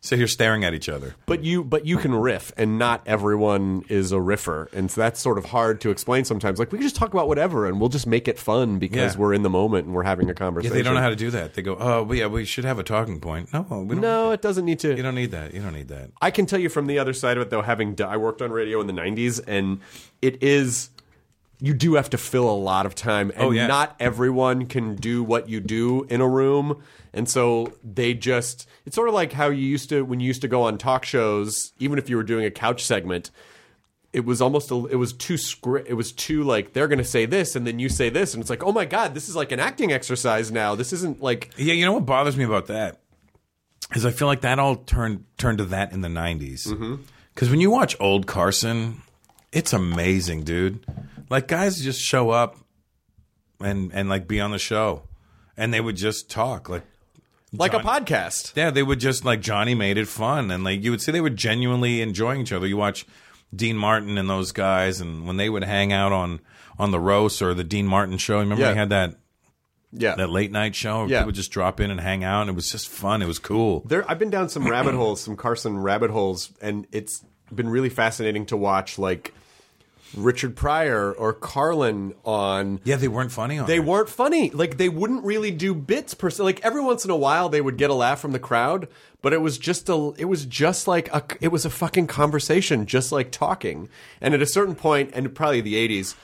sit here staring at each other.
But you but you can riff, and not everyone is a riffer, and so that's sort of hard to explain sometimes. Like we can just talk about whatever, and we'll just make it fun because
Yeah.
we're in the moment and we're having a
Yeah,
conversation.
they don't know how to do that. They go, "Oh, well, yeah, we should have a talking point." No, we don't.
No, it doesn't need to.
you don't need that. You don't need that.
I can tell you from the other side of it, though, having d- I worked on radio in the '90s, and it is you do have to fill a lot of time, and
Oh, yeah.
not everyone can do what you do in a room, and so they just it's sort of like how you used to when you used to go on talk shows, even if you were doing a couch segment. It was almost a, it was too script. It was too like they're going to say this and then you say this and it's like oh my god this is like an acting exercise now. This isn't like
Yeah, you know what bothers me about that is I feel like that all turned turned to that in the '90s. Because when you watch old Carson, it's amazing, dude. Like guys just show up and and like be on the show, and they would just talk like
like a
John-
podcast.
yeah, they would just like Johnny made it fun, and like you would see they were genuinely enjoying each other. You watch Dean Martin and those guys, and when they would hang out on on the roast or the Dean Martin show, remember
Yeah.
they had that
Yeah,
that late night show. Where
Yeah.
people just drop in and hang out, and it was just fun. It was cool.
there I've been down some
[clears throat]
rabbit holes, some Carson rabbit holes, and it's been really fascinating to watch like Richard Pryor or Carlin on
Yeah, they weren't funny on.
they
it.
weren't funny. Like they wouldn't really do bits per se. Like every once in a while they would get a laugh from the crowd, but it was just a it was just like a it was a fucking conversation, just like talking. And at a certain point, and probably the eighties,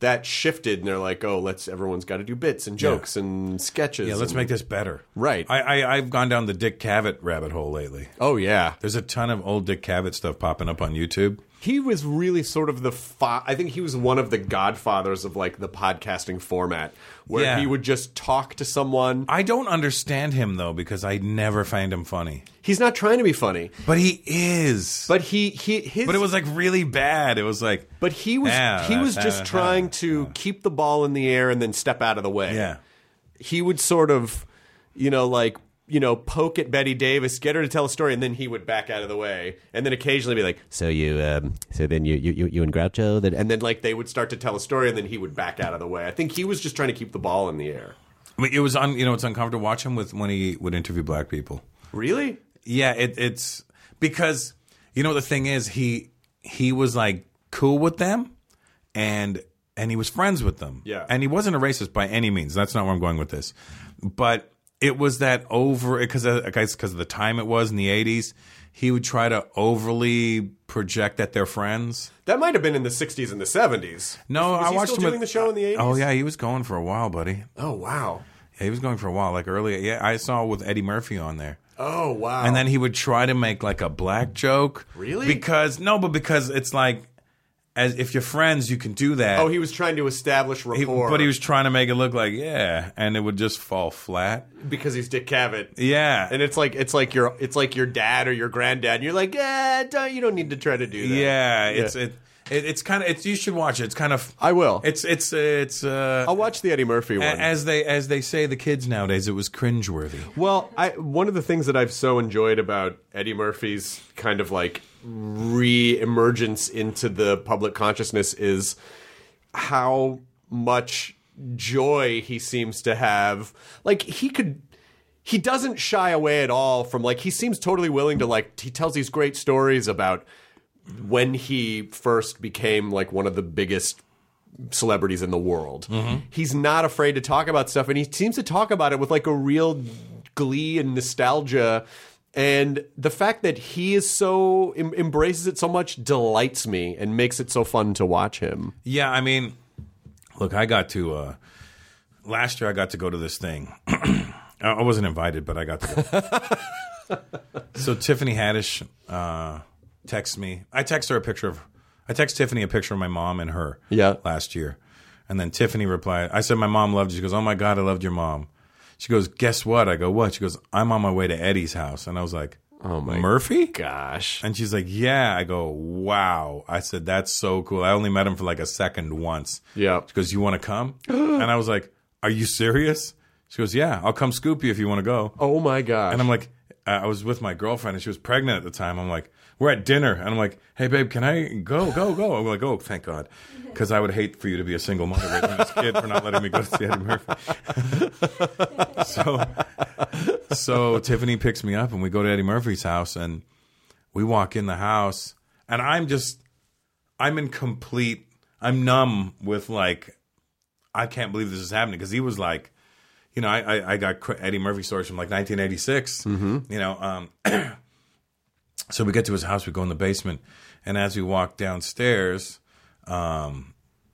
that shifted and they're like, oh, let's everyone's got to do bits and jokes and sketches.
Yeah, let's
and-
make this better.
Right.
I, I I've gone down the Dick Cavett rabbit hole lately.
Oh yeah,
There's a ton of old Dick Cavett stuff popping up on YouTube.
he was really sort of the fa- I think he was one of the godfathers of like the podcasting format where
Yeah.
he would just talk to someone.
I don't understand him though because I never find him funny.
He's not trying to be funny,
But he is.
but he he his
but it was like really bad. It was like
but he was
Yeah,
he was
that-
just
that-
trying to keep the ball in the air and then step out of the way.
yeah.
He would sort of you know like you know, poke at Betty Davis, get her to tell a story, and then he would back out of the way, and then occasionally be like, "So you, um, so then you, you, you, you and Groucho," then, and then like they would start to tell a story, and then he would back out of the way. I think he was just trying to keep the ball in the air.
I mean, it was un, you know it's uncomfortable to watch him with when he would interview black people.
Really?
Yeah, it, it's because you know the thing is he he was like cool with them and and he was friends with them.
Yeah.
and he wasn't a racist by any means. That's not where I'm going with this, but it was that over because uh, guys because of the time it was in the 80s. He would try to overly project at their friends.
That might have been in the 60s and the 70s.
No,
Was
I
he
watched
still
him
doing
with-
the show in the 80s?
Oh yeah, he was going for a while, buddy.
Oh, wow.
Yeah, he was going for a while, like earlier. Yeah, I saw with Eddie Murphy on there.
Oh, wow.
And then he would try to make like a black joke.
Really?
Because no, but because it's like as if you're friends, you can do that.
Oh, he was trying to establish
He-
rapport.
but he was trying to make it look like yeah, and it would just fall flat.
because he's Dick Cavett.
Yeah,
And it's like it's like your it's like your dad or your granddad. And you're like, eh, don't, you don't need to try to do that.
yeah, it's it, it it's kind of it's you should watch it. It's kind of
I will.
It's it's it's uh,
I'll watch the Eddie Murphy
a-
one.
as they as they say the kids nowadays. It was cringeworthy.
Well, I one of the things that I've so enjoyed about Eddie Murphy's kind of like re-emergence into the public consciousness is how much joy he seems to have. Like he could he doesn't shy away at all from like he seems totally willing to like he tells these great stories about when he first became like one of the biggest celebrities in the world.
Mm-hmm.
He's not afraid to talk about stuff, and he seems to talk about it with like a real glee and nostalgia. And the fact that he is so em- embraces it so much delights me and makes it so fun to watch him.
Yeah, I mean, look, I got to uh last year. I got to go to this thing. [clears throat] I- I wasn't invited, but I got to. [laughs] go. so Tiffany Haddish uh, texts me. I text her a picture of. I text Tiffany a picture of my mom and her.
Yeah.
Last year, and then Tiffany replied. I said my mom loved you. She goes, "Oh my god, I loved your mom." She goes, "Guess what?" I go, "What?" She goes, "I'm on my way to Eddie's house," and I was like, "Oh my Murphy."
Gosh,
And she's like, "Yeah." I go, "Wow." I said, "That's so cool." I only met him for like a second once.
Yeah.
She goes, "You want to come?" [gasps] and I was like, "Are you serious?" She goes, "Yeah, I'll come scoop you if you want to go."
oh my gosh!
And I'm like, uh, I I was with my girlfriend and she was pregnant at the time. I'm like, we're at dinner, and I'm like, "Hey, babe, can I go? Go? Go?" I'm like, "Oh, thank God," because I would hate for you to be a single mother raising this kid for not letting me go to see Eddie Murphy. [laughs] so, so Tiffany picks me up and we go to Eddie Murphy's house and we walk in the house and I'm just I'm in complete I'm numb with like I can't believe this is happening because he was like you know I I, I got cr- Eddie Murphy stories from like 1986
Mm-hmm.
you know um [clears throat] so we get to his house we go in the basement and as we walk downstairs um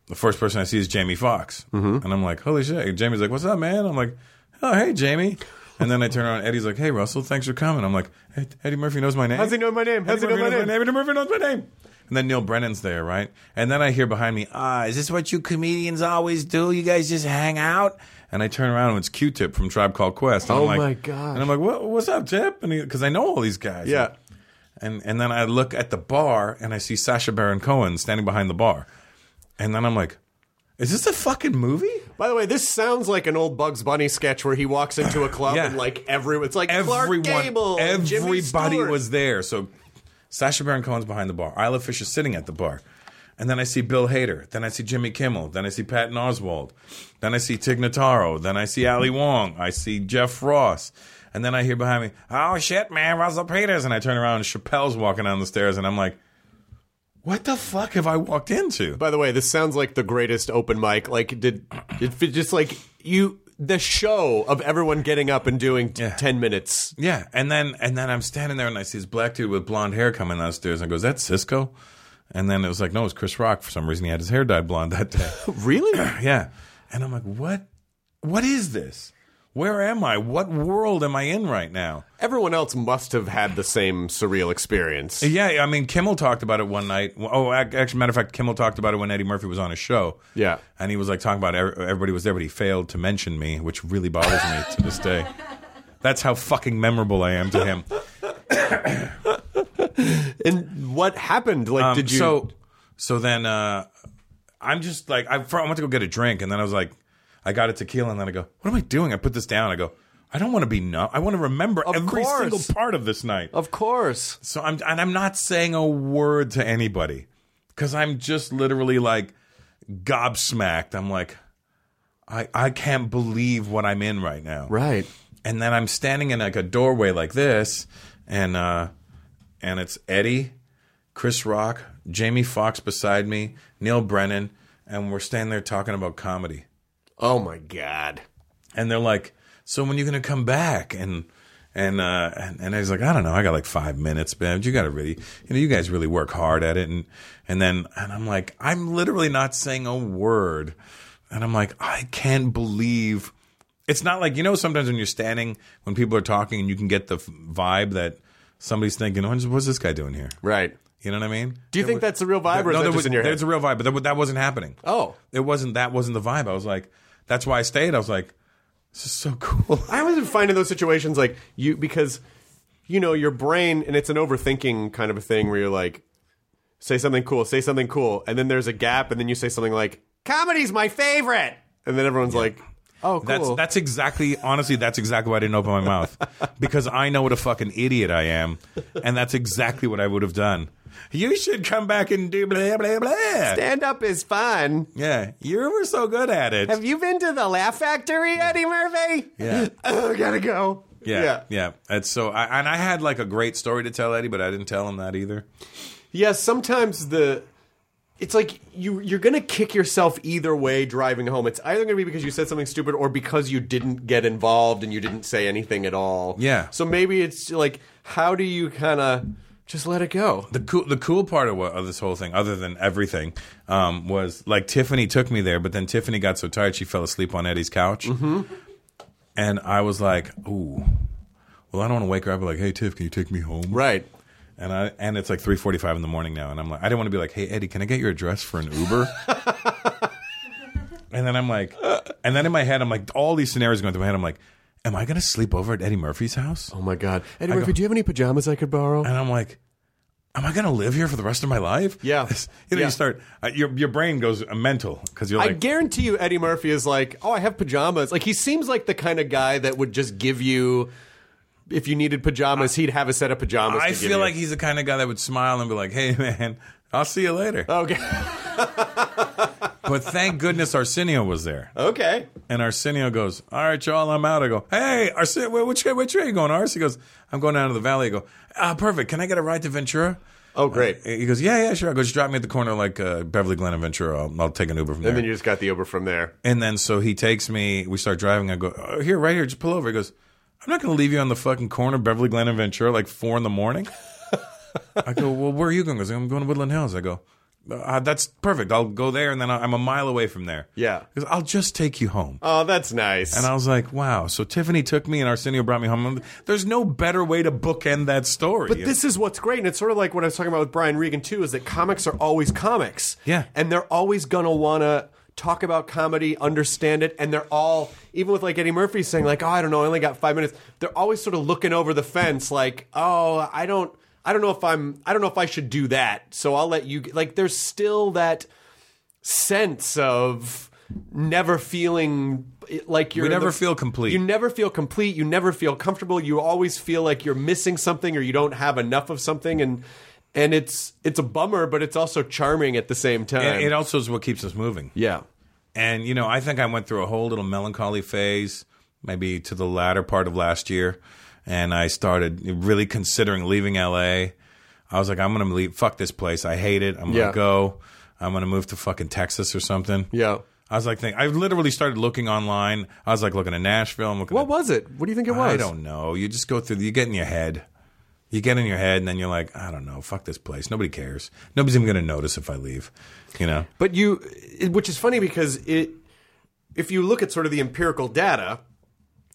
the first person I see is Jamie Foxx
Mm-hmm.
and I'm like holy shit and Jamie's like what's up man I'm like oh hey Jamie and then I turn around Eddie's like hey Russell thanks for coming I'm like "Ed- Eddie Murphy knows my name
How's he know my name? How's he
Eddie
know my
Murphy
name?
knows Eddie Murphy knows my name. And And then Neil Brennan's there, right? And then I hear behind me, ah, is this what you comedians always do? You guys just hang out? And I turn around and it's Q-Tip from Tribe Called Quest. And
Oh
I'm like,
my gosh.
And I'm like, what, what's up, Tip? And because I know all these guys.
Yeah.
And and then I look at the bar and I see Sasha Baron Cohen standing behind the bar, and then I'm like, is this a fucking movie?
By the way, this sounds like an old Bugs Bunny sketch where he walks into a club
Yeah.
and like every it's like
Everyone,
Clark Gable, and Jimmy
everybody
Stewart.
was there. So Sasha Baron Cohen's behind the bar. Isla Fisher's sitting at the bar. And then I see Bill Hader. Then I see Jimmy Kimmel. Then I see Patton Oswald. Then I see Tig Notaro. Then I see Ali Wong. I see Jeff Ross. And then I hear behind me, oh shit, man, Russell Peters. And I turn around and Chappelle's walking down the stairs and I'm like, what the fuck have I walked into?
By the way, this sounds like the greatest open mic. Like, did it fit- just like you the show of everyone getting up and doing t-
Yeah.
ten minutes?
Yeah, and then and then I'm standing there and I see this black dude with blonde hair coming downstairs and I goes, "That's Cisco," and then it was like, "No, it's Chris Rock." For some reason, he had his hair dyed blonde that day.
Really?
yeah, and I'm like, "What? What is this? Where am I? What world am I in right now?"
[clears throat] everyone else must have had the same surreal experience.
Yeah, I mean, Kimmel talked about it one night. Oh, ac- actually, matter of fact, Kimmel talked about it when Eddie Murphy was on his show.
Yeah.
and he was like talking about ev- everybody was there, but he failed to mention me, which really bothers me to this day. That's how fucking memorable I am to him.
And what happened? Like,
Um,
did you?
So, so then uh, I'm just like I, I went to go get a drink, and then I was like, I got a tequila, and then I go, what am I doing? I put this down. I go, I don't want to be numb. I want to remember
Of
every
course.
single part of this night.
of course.
So I'm and I'm not saying a word to anybody because I'm just literally like gobsmacked. I'm like, I I can't believe what I'm in right now
Right.
and then I'm standing in like a doorway like this, and uh, and it's Eddie, Chris Rock, Jamie Foxx beside me, Neil Brennan, and we're standing there talking about comedy,
Oh my god.
and they're like, "So when you gonna come back?" and and uh, and, and I was like, "I don't know, I got like five minutes, man. You gotta really, you know, you guys really work hard at it." And and then and I'm like, I'm literally not saying a word, and I'm like, I can't believe it's not like you know sometimes when you're standing when people are talking and you can get the f- vibe that somebody's thinking what's, what's this guy doing here
Right.
you know what i mean
Do you think that's the real vibe, or is that
there
just
was,
in your head?
there's a real vibe but that, that wasn't happening
oh,
it wasn't that wasn't the vibe i was like that's why i stayed i was like this is so [laughs] cool
I always find in those situations like you because you know your brain and it's an overthinking kind of a thing where you're like say something cool, say something cool, and then there's a gap, and then you say something like comedy's my favorite, and then everyone's like, oh, cool.
That's
[laughs]
that's exactly honestly that's exactly why I didn't open my mouth because I know what a fucking idiot I am, and that's exactly what I would have done. You should come back and do blah blah blah.
Stand up is fun.
yeah, you were so good at it.
Have you been to the Laugh Factory, Eddie Murphy?
Yeah.
[laughs] oh, gotta go.
Yeah,
yeah.
yeah. And so, I, and I had like a great story to tell Eddie, but I didn't tell him that either.
Yeah, sometimes the it's like you you're gonna kick yourself either way driving home. It's either gonna be because you said something stupid or because you didn't get involved and you didn't say anything at all.
Yeah.
So maybe it's like how do you kind of just let it go?
The cool, the cool part of, what, of this whole thing, other than everything, um, was like Tiffany took me there, but then Tiffany got so tired she fell asleep on Eddie's couch, mm-hmm. and I was like, "Ooh, well, I don't want to wake her up." Like, "Hey, Tiff, can you take me home?"
Right.
And I and it's like three forty five in the morning now, and I'm like, I don't want to be like, hey Eddie, can I get your address for an Uber? and then I'm like, and then in my head, I'm like, all these scenarios going through my head. I'm like, am I going to sleep over at Eddie Murphy's house?
Oh my God, Eddie
I
Murphy,
go-
do you have any pajamas I could borrow?
And I'm like, am I going to live here for the rest of my life? [laughs]
Yeah.
you know,
Yeah.
you start uh, your your brain goes uh, mental because you're
I
like,
guarantee you, Eddie Murphy is like, oh, I have pajamas. Like he seems like the kind of guy that would just give you. If you needed pajamas, he'd have a set of pajamas.
I
to give
feel
you.
like he's the kind of guy that would smile and be like, hey [laughs] man, I'll see
[laughs]
you later.
okay,
but thank goodness Arsenio was there.
okay.
And Arsenio goes, "All right, y'all, I'm out." I go, "Hey, Arsenio, which which way are you going?" Arsenio goes, "I'm going down to the valley." I go, "Ah, perfect. Can I get a ride to Ventura?"
Oh, great.
He goes, "Yeah, yeah, sure." I go, "Just drop me at the corner like uh, Beverly Glen and Ventura. I'll, I'll take an Uber from there."
And then you just got the Uber from there.
And then so he takes me. We start driving. I go, oh, "Here, right here, just pull over." He goes, "I'm not going to leave you on the fucking corner of
[laughs]
Beverly Glen and Ventura like four in the morning." I go, "Well, where are you going?" He goes, "I'm going to Woodland Hills." I go, uh, that's perfect. I'll go there, and then I- I'm a mile away from there.
Yeah.
He goes, I'll just take you home.
Oh, that's nice.
And I was like, wow. So Tiffany took me and Arsenio brought me home. There's no better way to bookend that story.
But this is what's great, and it's sort of like what I was talking about with Brian Regan too, is that comics are always comics.
Yeah.
And they're always gonna wanna talk about comedy, understand it, and they're all even with like Eddie Murphy saying, like, Oh, I don't know, I only got five minutes, they're always sort of looking over the fence, like, Oh, I don't I don't know if I'm I don't know if I should do that. So I'll let you g-" like there's still that sense of never feeling like you're
We
in
never feel complete.
You never feel complete. You never feel comfortable. You always feel like you're missing something or you don't have enough of something. And and it's it's a bummer, but it's also charming at the same time.
And it also is what keeps us moving.
yeah.
And, you know, I think I went through a whole little melancholy phase, maybe to the latter part of last year. And I started really considering leaving LA. I was like, I'm going to leave. Fuck this place. I hate it. I'm going to
Yeah.
go. I'm going to move to fucking Texas or something.
Yeah.
I was like, think, I literally started looking online. I was like, looking at Nashville. I'm looking
What
at
was it? What do you think it was?
I don't know. You just go through. You get in your head. You get in your head, and then you're like, I don't know. Fuck this place. Nobody cares. Nobody's even going to notice if I leave. You know.
But you, it- which is funny because it, if you look at sort of the empirical data,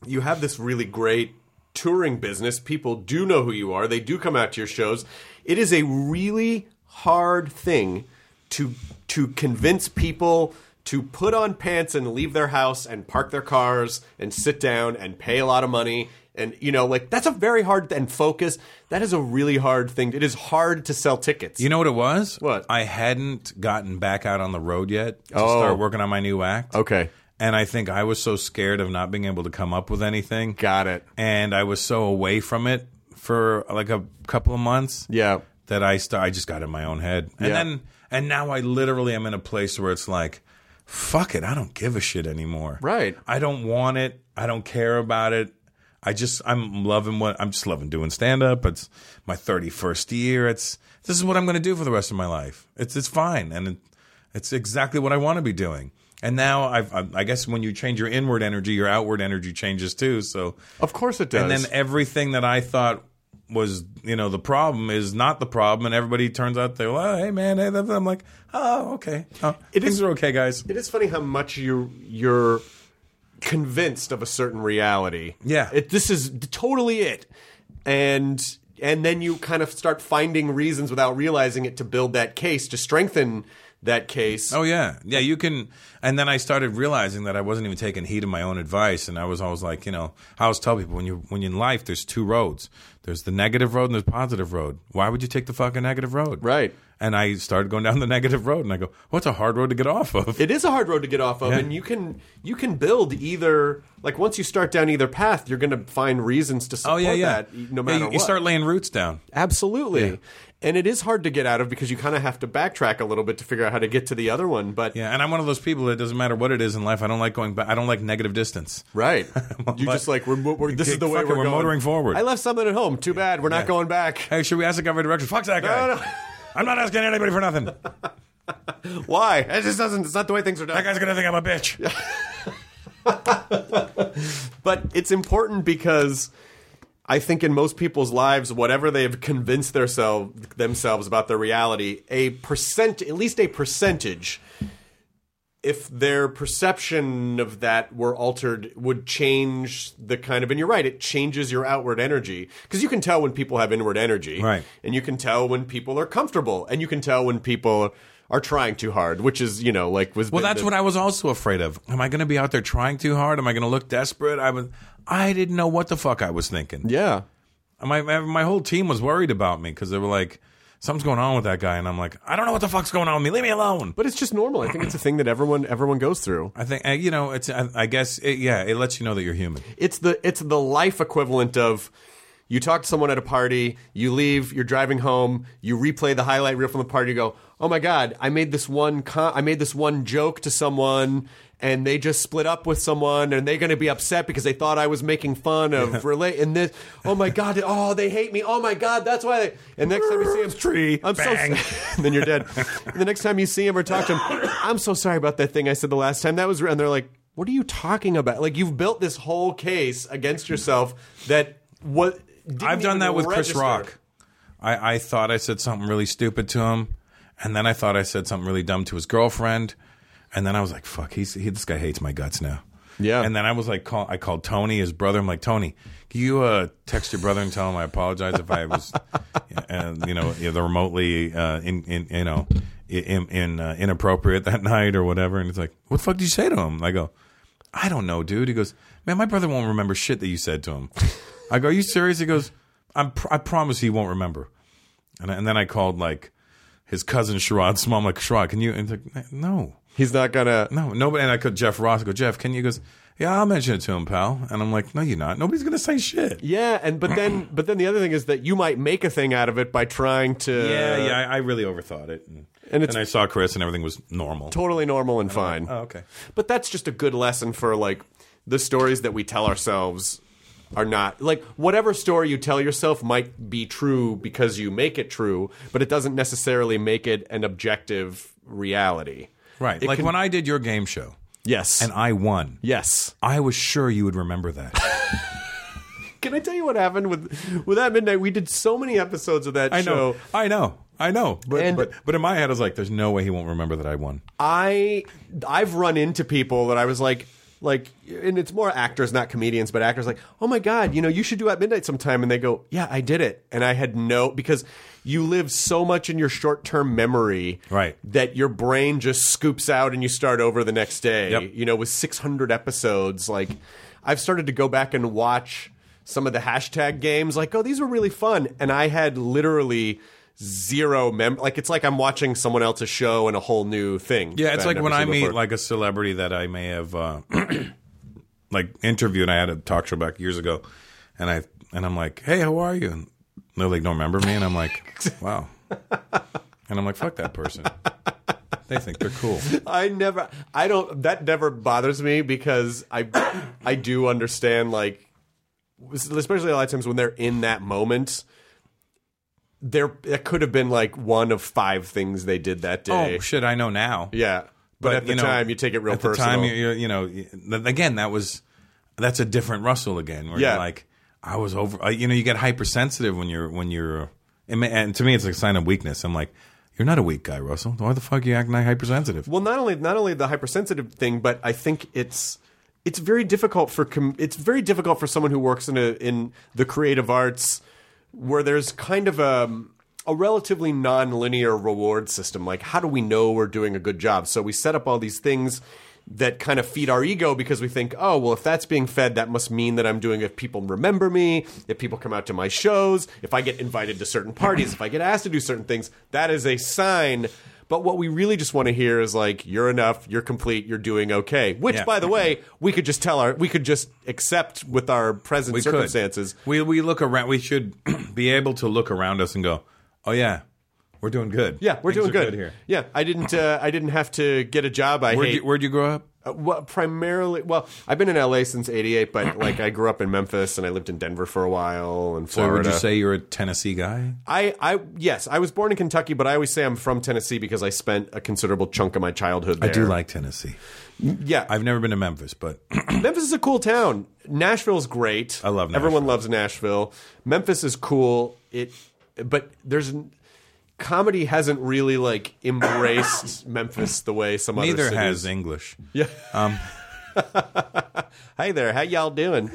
you have this really great touring business. People do know who you are. They do come out to your shows. It is a really hard thing to to convince people to put on pants and leave their house and park their cars and sit down and pay a lot of money and you know like that's a very hard and focus that is a really hard thing it is hard to sell tickets
You know what it was?
What?
I hadn't gotten back out on the road yet to
Oh.
start working on my new act.
okay
And I think I was so scared of not being able to come up with anything.
got it
And I was so away from it for like a couple of months.
yeah
that I st- I just got in my own head, and
Yeah.
then and now I literally am in a place where it's like, fuck it, I don't give a shit anymore.
Right.
I don't want it. I don't care about it. I just I'm loving what I'm just loving doing stand up. It's my 31st year. It's this is what I'm going to do for the rest of my life. It's it's fine, and it, it's exactly what I want to be doing. And now I've, I, I guess when you change your inward energy, your outward energy changes too. So
Of course it does.
and then everything that I thought was, you know, the problem is not the problem, and everybody turns out they're, well, hey man, hey, that- I'm like, oh, okay, oh,
It
things
is-
are okay, guys.
it is funny how much you you're convinced of a certain reality.
Yeah.
It, this is totally it. And and then you kind of start finding reasons without realizing it to build that case, to strengthen that case.
Oh yeah, yeah. You can. And then I started realizing that I wasn't even taking heed of my own advice, and I was always like, you know, I always tell people when you when you're in life, there's two roads. There's the negative road and there's positive road. Why would you take the fucking negative road?
Right.
And I started going down the [laughs] negative road, and I go, what's a hard road to get off of?
It is a hard road to get off of
Yeah.
and you can you can build either like once you start down either path, you're going to find reasons to
oh
support
yeah, yeah.
that e, no
Yeah,
matter
you,
what.
you start laying roots down.
Absolutely.
Yeah.
And it is hard to get out of because you kind of have to backtrack a little bit to figure out how to get to the other one, but
Yeah, and I'm one of those people that doesn't matter what it is in life. I don't like going back. I don't like negative distance. [laughs]
Right.
Well,
you
but-
just like we're, mo- we're this is the way
Fucking
we're,
we're
going.
motoring forward.
I left something at home. Too bad. We're not going back. [laughs]
Hey, should we ask the guy for directions? Fuck that guy.
No, no.
I'm not asking anybody for nothing. That
Why? It just doesn't. It's not the way things are done.
guy's gonna think I'm a bitch.
but it's important because I think in most people's lives, whatever they have convinced themselves themselves about their reality, a percent, at least a percentage, if their perception of that were altered, would change the kind of. And you're right, it changes your outward energy because you can tell when people have inward energy,
Right.
And you can tell when people are comfortable, and you can tell when people are trying too hard, which is you know like was
Well, that's what I was also afraid of. Am I gonna be out there trying too hard? Am I gonna look desperate? I was. I didn't know what the fuck I was thinking.
yeah.
My my, my whole team was worried about me because they were like, "Something's going on with that guy," and I'm like, "I don't know what the fuck's going on with me. Leave me alone."
But it's just normal. I think it's a thing that everyone everyone goes through.
I think uh, you know. It's I, I guess it, yeah. It lets you know that you're human.
it's the it's the life equivalent of you talk to someone at a party, you leave, you're driving home, you replay the highlight reel from the party, you go, "Oh my god, I made this one con- I made this one joke to someone and they just split up with someone and they're going to be upset because they thought I was making fun of relate and this, "Oh my god, oh, they hate me. Oh my god, that's why." They-. And next time you see him
Tree,
I'm
bang.
so and [laughs] then you're dead. And the next time you see him or talk to him, I'm so sorry about that thing I said the last time. That was real." and they're like, "What are you talking about? Like you've built this whole case against yourself that what didn't
I've done
even
that with Chris
register."
Rock. I, I thought I said something really stupid to him, And then I thought I said something really dumb to his girlfriend. And then I was like, fuck, he's, he, this guy hates my guts now.
Yeah.
And then I was like, call, I called Tony, his brother. I'm like, Tony, can you uh, text your brother and tell him I apologize if I was, [laughs] uh, you know, the remotely, uh, in, in, you know, in, in uh, inappropriate that [laughs] night or whatever. And he's like, what the fuck did you say to him? And I go, I don't know, dude. He goes, man, my brother won't remember shit that you said to him. [laughs] I go, are you serious? He goes, I'm pr- I promise he won't remember. And, I- and then I called like his cousin Sherrod Small. I'm like, Sherrod, can you? And he's like, no,
He's not gonna.
no, nobody. And I called Jeff Ross. I go, Jeff, can you? He goes, yeah, I'll mention it to him, pal. And I'm like, no, you're not. Nobody's gonna say shit.
Yeah, and but then but then the other thing is that you might make a thing out of it by trying to.
yeah, yeah. I, I really overthought it. And,
And it's-
then I saw Chris, and everything was normal.
Totally normal and fine.
oh, okay.
But that's just a good lesson for like the stories that we tell ourselves are not like whatever story you tell yourself might be true because you make it true, but it doesn't necessarily make it an objective reality.
Right.
It
like
can-
when I did your game show
Yes.
and I won.
yes.
I was sure you would remember that.
[laughs] Can I tell you what happened with with that midnight? We did so many episodes of that
I
show.
know. I know. I know. But,
And-
but but in my head, I was like, there's no way he won't remember that I won.
I I've run into people that I was like like and it's more actors not comedians but actors like oh my god you know you should do at midnight sometime and they go yeah I did it and I had no because you live so much in your short-term memory
Right.
that your brain just scoops out and you start over the next day
Yep.
you know with 600 episodes like I've started to go back and watch some of the hashtag games like oh these were really fun and I had literally zero mem like it's like I'm watching someone else's show and a whole new thing
Yeah, it's
that
like
I've
when
never
I
seen
meet
before.
like a celebrity that I may have uh, [clears throat] like interviewed. I had a talk show back years ago, and I and I'm like, "Hey, how are you?" And they're like, "Don't remember me," and
[laughs]
I'm like, "Wow," and I'm like, "Fuck that person." They think they're
[laughs]
cool. "Oh,
I never I don't that never bothers me because I [coughs] I do understand like especially a lot of times when they're in that moment there that could have been like one of five things they did that day.
Oh shit, I know now.
yeah. But, at the
you know,
time you take it real
at
personal.
the time, you, you, you know, th- again, that was that's a different Russell again. Where
Yeah.
you're like, I was over. Uh, you know, you get hypersensitive when you're when you're. And, ma- and to me, it's like a sign of weakness. I'm like, you're not a weak guy, Russell. Why the fuck are you acting like hypersensitive?
Well, not only not only the hypersensitive thing, but I think it's it's very difficult for com- it's very difficult for someone who works in a in the creative arts where there's kind of a a relatively non-linear reward system. Like, how do we know we're doing a good job? So we set up all these things that kind of feed our ego because we think, oh, well, if that's being fed, that must mean that I'm doing. If people remember me, if people come out to my shows, if I get invited to certain parties, if I get asked to do certain things, that is a sign. But what we really just want to hear is like, you're enough, you're complete, you're doing okay. Which,
Yeah.
by the way, we could just tell our, we could just accept with our present
We could.
circumstances.
We we look around. We should [clears throat] be able to look around us and go, oh yeah, we're doing good.
Yeah, we're
Things
doing
are
good.
here.
Yeah, I didn't, uh, I didn't have to get a job. I
Where'd
hate.
you, where'd you grow up?
Uh, well, primarily, well, I've been in LA since '88,
[clears throat]
but like I grew up in Memphis and I lived in Denver for a while and
So would
Florida.
you say you're a Tennessee guy?
I, I, yes, I was born in Kentucky, but I always say I'm from Tennessee because I spent a considerable chunk of my childhood there.
I do like Tennessee.
yeah.
I've never been to Memphis, but [clears throat]
Memphis is a cool town. Nashville's great.
I love
Everyone
Nashville.
loves Nashville. Memphis is cool. It, but there's comedy hasn't really like embraced Memphis the way some other
neither
cities.
has English.
Hey there, how y'all
[laughs]
doing?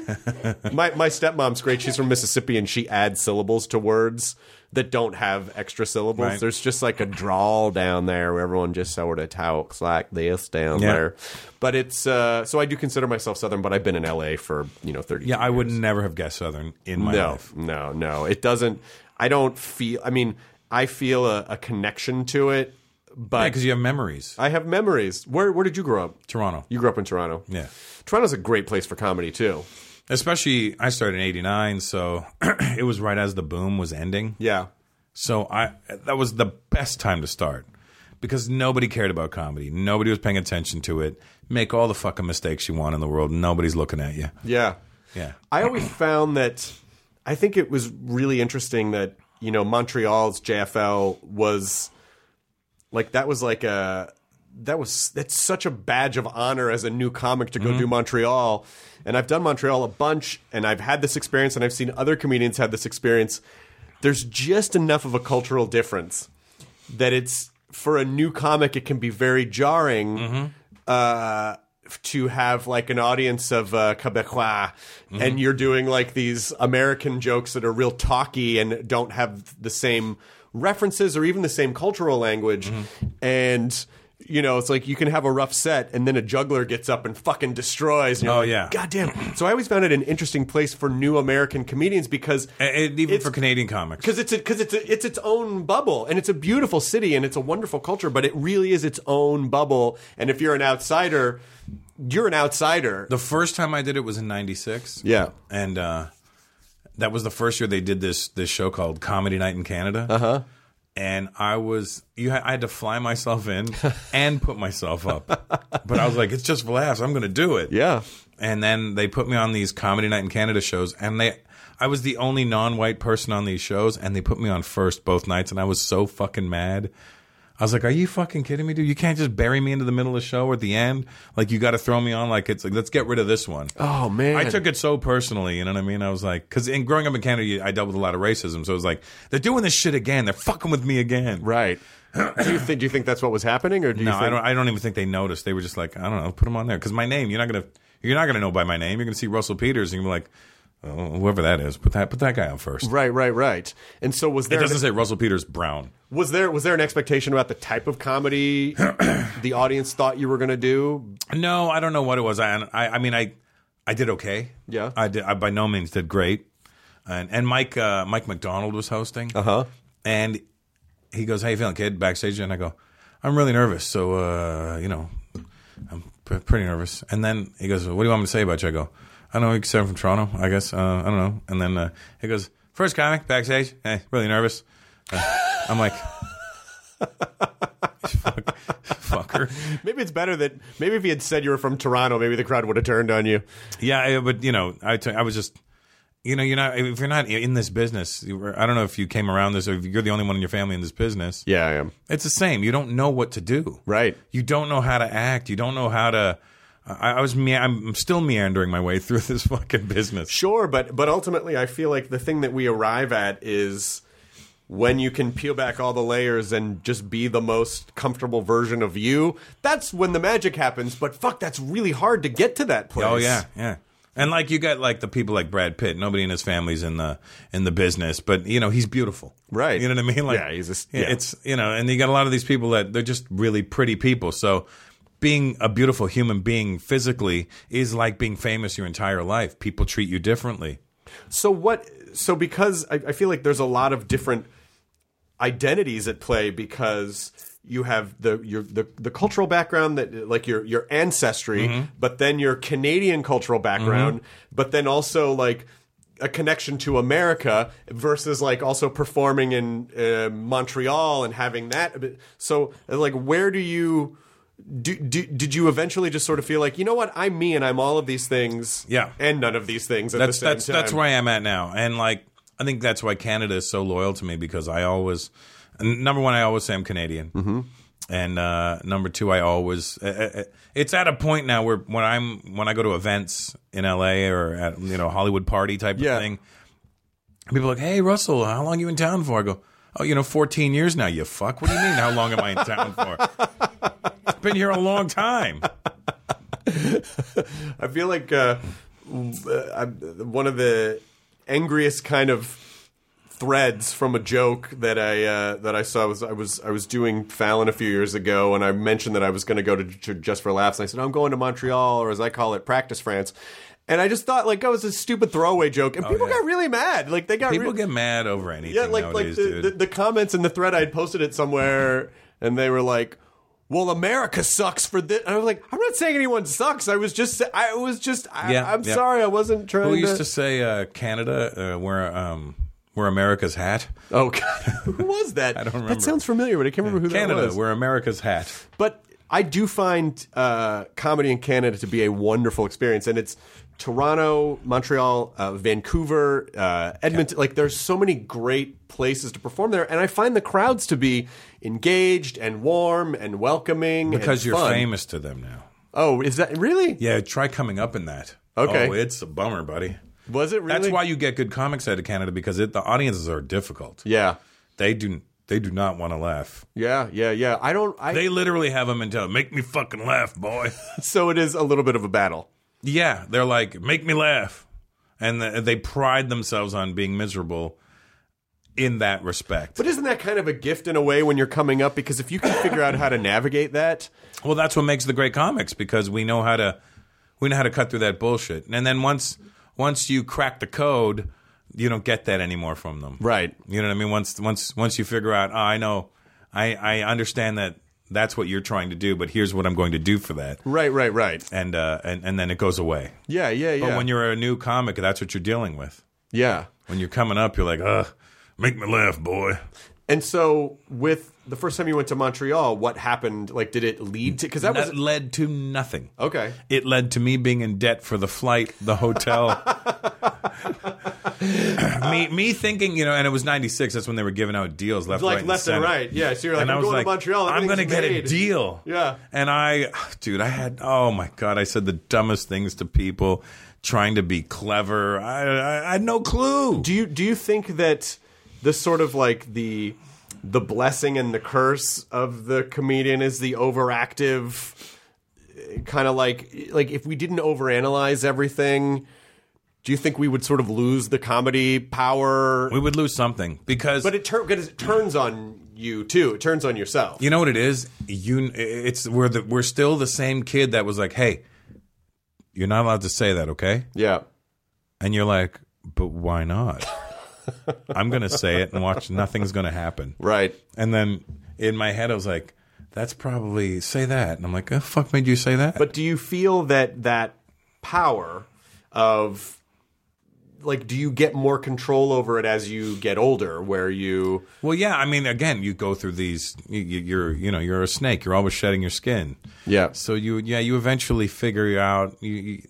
my my stepmom's great. She's from Mississippi and she adds syllables to words that don't have extra syllables.
Right.
There's just like a drawl down there where everyone just sort of talks like this down
Yeah.
there. But it's uh, so I do consider myself southern, but I've been in LA for, you know, 30
Yeah, I would never have guessed Southern in my
no,
life.
No, no, it doesn't. I don't feel. I mean, I feel a, a connection to it,
Yeah,
but
because you have memories.
I have memories. Where Where did you grow up?
Toronto.
You grew up in Toronto.
Yeah.
Toronto's a great place for comedy too.
Especially, I started in '89, so [clears throat] it was right as the boom was ending.
Yeah,
So I that was the best time to start because nobody cared about comedy. Nobody was paying attention to it. Make all the fucking mistakes you want in the world. Nobody's looking at you.
yeah,
Yeah.
I always found that. I think it was really interesting that you know Montreal's JFL was like that was like a that was that's such a badge of honor as a new comic to go do Montreal. And I've done Montreal a bunch and I've had this experience and I've seen other comedians have this experience. There's just enough of a cultural difference that it's for a new comic, it can be very jarring
Mm-hmm.
uh, to have like an audience of uh, Quebecois,
Mm-hmm.
and you're doing like these American jokes that are real talky and don't have the same references or even the same cultural language,
Mm-hmm.
and. You know, it's like you can have a rough set, and then a juggler gets up and fucking destroys. And you're
Oh,
like,
yeah.
God damn. So I always found it an interesting place for new American comedians because
And even
It's-
for Canadian comics.
because it's because it's a, it's its own bubble, and it's a beautiful city, and it's a wonderful culture, but it really is its own bubble. And if you're an outsider, you're an outsider.
The first time I did it was in '96.
Yeah.
and uh, that was the first year they did this this show called Comedy Night in Canada. Uh
Uh-huh.
huh. And I was you, ha- I had to fly myself in [laughs] and put myself up, but I was like, it's just for laughs. I'm going to do it.
yeah,
And then they put me on these Comedy Night in Canada shows, and they. I was the only non-white person on these shows, and they put me on first both nights, and I was so fucking mad. I was like, "Are you fucking kidding me, dude? You can't just bury me into the middle of the show or at the end. Like, you got to throw me on. Like, it's like, let's get rid of this one."
Oh man,
I took it so personally, you know what I mean? I was like, because in growing up in Canada, you- I dealt with a lot of racism, so it was like, they're doing this shit again. They're fucking with me again.
right. do you think do you think that's what was happening, or do you
No,
think
I don't. I don't even think they noticed. They were just like, I don't know, put them on there because my name. You're not gonna. You're not gonna know by my name. You're gonna see Russell Peters, and you're like, oh, whoever that is, put that put that guy on first.
right, right, right? And so was
It
there
doesn't say Russell Peters Brown.
was there was there an expectation about the type of comedy the audience thought you were going to do?
No, I don't know what it was. I, I, I mean, I, I did okay.
Yeah.
I did. I by no means did great. And and Mike uh, Mike McDonald was hosting. Uh huh. And he goes, "How you feeling, kid?" Backstage, and I go, "I'm really nervous." So uh, you know, I'm p- pretty nervous. And then he goes, "What do you want me to say about you?" I go, "I don't know. You said I'm from Toronto, I guess. Uh, I don't know." And then uh, he goes, first comic backstage. Hey, really nervous." Uh, I'm like. [laughs] Fuck, fucker.
Maybe it's better that maybe if you had said you were from Toronto, maybe the crowd would have turned on you.
Yeah, I- but you know, I t- I was just, you know, you're not if you're not in this business. you were- I don't know if you came around this or if you're the only one in your family in this business.
Yeah, I am.
It's the same. You don't know what to do.
Right.
You don't know how to act. You don't know how to. I, I was. mea- I'm still meandering my way [laughs] through this fucking business.
Sure, but but ultimately, I feel like the thing that we arrive at is when you can peel back all the layers and just be the most comfortable version of you. That's when the magic happens. But fuck, that's really hard to get to that place.
Oh yeah, yeah. And like you got like the people like Brad Pitt. Nobody in his family's in the in the business, but you know he's beautiful,
Right.
You know what I mean? Like
Yeah, he's a s-
yeah,
yeah.
It's you know, and you got a lot of these people that they're just really pretty people. So being a beautiful human being physically is like being famous your entire life. People treat you differently.
So what? So because I, I feel like there's a lot of different identities at play because you have the your the, the cultural background that like your your ancestry,
Mm-hmm.
but then your Canadian cultural background, but then also like a connection to America versus like also performing in uh, Montreal and having that. So like, where do you? Do, do, did you eventually just sort of feel like you know what I'm me and I'm all of these things
Yeah.
and none of these things at
that's
the same
that's
time
that's where I am at now, and like I think that's why Canada is so loyal to me because I always n- number one I always say I'm Canadian, mm-hmm. and uh, number two I always uh, uh, uh, it's at a point now where when I'm when I go to events in LA or at you know Hollywood party type
Yeah.
of thing, people are like hey Russell, how long you in town for? I go. Oh, you know, 14 years now, you fuck. What do you mean, how long am I in
[laughs]
town for? I've been here a long time.
I feel like uh, uh, I'm- one of the angriest kind of threads from a joke that I uh, that I saw was I was I was doing Fallon a few years ago, and I mentioned that I was going to go to, to Just for Laughs, and I said I'm going to Montreal, or as I call it, practice France. And I just thought like that was a stupid throwaway joke, and people
Oh, yeah.
got really mad. Like they got
People
re-
get mad over anything
yeah, like
nowadays,
like the,
dude.
the, the comments in the thread I had posted it somewhere, and they were like, "Well, America sucks for this." And I was like, "I'm not saying anyone sucks. I was just, I was just, I,
Yeah,
I'm
yeah.
sorry, I wasn't trying
Who
to."
used to say uh, Canada, uh, where um, where America's hat?
oh God, [laughs] who was
[laughs]
that? I
don't
That
remember.
sounds familiar, but I can't remember who that
Canada,
was.
where America's hat.
But I do find uh, comedy in Canada to be a wonderful experience, and it's Toronto, Montreal, uh, Vancouver, uh, Edmonton. Like there's so many great places to perform there, and I find the crowds to be engaged and warm and welcoming
Because
and
you're
fun.
famous to them now.
Oh, is that really?
Yeah, try coming up in that.
Okay.
Oh, it's a bummer, buddy.
Was it really?
That's why you get good comics out of Canada because it, the audiences are difficult.
Yeah.
They do They do not want to laugh.
Yeah, yeah, yeah. I don't. I,
They literally have a mentality. Make me fucking laugh, boy. [laughs]
so it is a little bit of a battle.
yeah, they're like, make me laugh, and th- they pride themselves on being miserable in that respect.
But isn't that kind of a gift in a way when you're coming up? Because if you can figure out how to navigate that,
Well, that's what makes the great comics because we know how to we know how to cut through that bullshit. And then once once you crack the code, you don't get that anymore from them.
Right.
You know what I mean? Once once once you figure out, oh, I know, I I understand that that's what you're trying to do, but here's what I'm going to do for that,
right, right, right.
and uh, and and then it goes away.
Yeah, yeah, yeah.
But when you're a new comic, that's what you're dealing with.
yeah,
When you're coming up, you're like, ugh, make me laugh, boy.
and so with the first time you went to Montreal, what happened? Like, did it lead to? Because that was
That led to nothing.
okay.
It led to me being in debt for the flight,
[laughs]
the hotel. me, me thinking, you know, and it was '96. That's when they were giving out deals left,
Like
right,
left and
center.
right. Yeah. So you're like,
and
I'm
I was
going
like,
to Montreal.
I'm going to
everything's
get a
made.
deal.
Yeah.
And I, dude, I had, oh my God, I said the dumbest things to people trying to be clever. I, I, I had no clue.
Do you do you think that this sort of like the the blessing and the curse of the comedian is the overactive kind of like like if we didn't overanalyze everything, do you think we would sort of lose the comedy power?
we would lose something because
but it, tur- 'cause it turns on you too. It turns on yourself.
You know what it is? You it's we're the, we're still the same kid that was like, "Hey, you're not allowed to say that, okay?"
yeah.
And you're like, "But why not?" I'm going to say it and watch nothing's going to happen.
Right.
And then in my head I was like, "That's probably say that." And I'm like, "The fuck made you say that?"
But do you feel that that power of like do you get more control over it as you get older where you
well, yeah, I mean, again, you go through these you, you- you're, you know, you're a snake, you're always shedding your skin.
yeah
So you, yeah, you eventually figure out. You, you,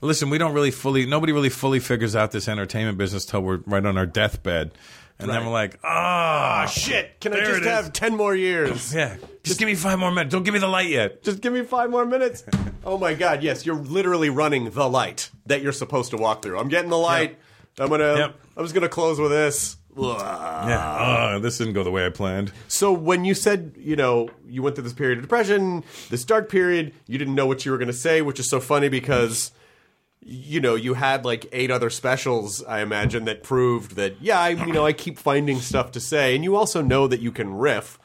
listen, we don't really fully. Nobody really fully figures out this entertainment business till we're right on our deathbed, and then we're like, ah,
shit, can I
There
just
it is.
have 10 more years?
[laughs] yeah, just, give me five more minutes. Don't give me the light yet.
just give me five more
[laughs]
minutes. Oh my God, yes, you're literally running the light that you're supposed to walk through. I'm getting the light. I'm gonna.
Yep.
I'm just gonna close with this. Ugh.
Yeah, ah, this didn't go the way I planned.
So when you said you know you went through this period of depression, this dark period, you didn't know what you were gonna say, which is so funny because you know you had like eight other specials, I imagine, that proved that yeah, I, you know, I keep finding stuff to say, and you also know that you can riff.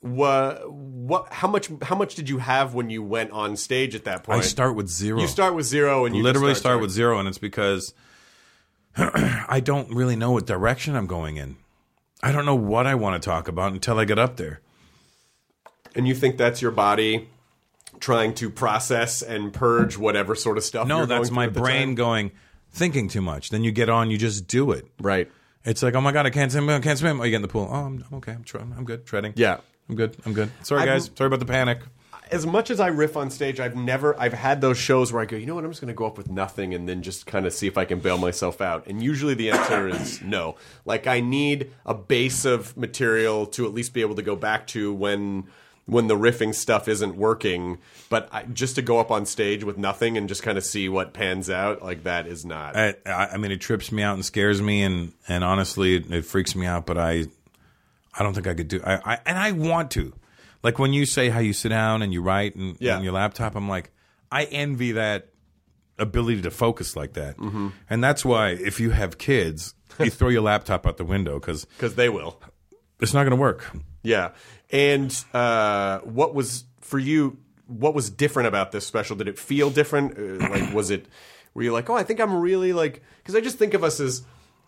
What, what? How much? How much did you have when you went on stage at that point?
I start with zero.
You start with zero, and you just
literally start
short.
with zero, and it's because [clears throat] I don't really know what direction I'm going in. I don't know what I want to talk about until I get up there.
and you think that's your body trying to process and purge whatever sort of stuff.
No,
you're
that's
going
my
through at the
brain
time.
going thinking too much. Then you get on, you just do it.
right.
It's like, oh my god, I can't swim, I can't swim. Oh, you get in the pool. Oh, I'm, I'm okay. I'm, tre- I'm good. Treading.
Yeah.
I'm good. I'm good. Sorry,
I've-
guys. Sorry about the panic.
As much as I riff on stage, I've never. I've had those shows where I go, you know what? I'm just going to go up with nothing and then just kind of see if I can bail myself out. And usually the answer is no. Like I need a base of material to at least be able to go back to when. When the riffing stuff isn't working, but I, just to go up on stage with nothing and just kind of see what pans out, like that is not.
I, I, I mean, it trips me out and scares me, and and honestly, it, it freaks me out. But I, I don't think I could do. I, I and I want to. Like when you say how you sit down and you write and
Yeah.
on your laptop, I'm like, I envy that ability to focus like that. Mm-hmm. And that's why if you have kids, you throw your laptop out the window because
because they will.
it's not going to work.
Yeah, and uh, what was for you? What was different about this special? Did it feel different? Uh, like, was it? Were you like, oh, I think I'm really like? Because I just think of us as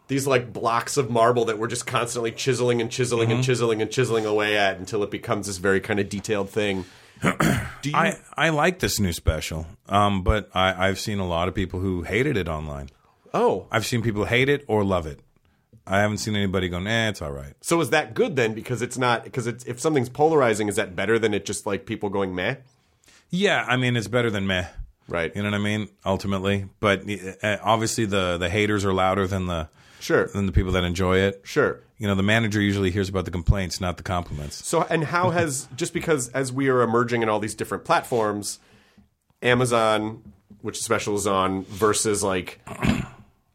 these like blocks of marble that we're just constantly chiseling and chiseling
Mm-hmm.
and chiseling and chiseling away at until it becomes this very kind of detailed
[clears throat]
thing. Do you?
I, I like this new special, um, but I, I've seen a lot of people who hated it online.
oh,
I've seen people hate it or love it. I haven't seen anybody go, nah, it's all right.
so is that good then? Because it's not because it's if something's polarizing, is that better than it just like people going meh?
Yeah, I mean, it's better than meh.
Right.
You know what I mean? Ultimately, but uh, obviously the the haters are louder than the
Sure.
than the people that enjoy it.
Sure.
You know, the manager usually hears about the complaints, not the compliments.
So, and how has just because as we are emerging in all these different platforms, Amazon, which the special is on, versus like I,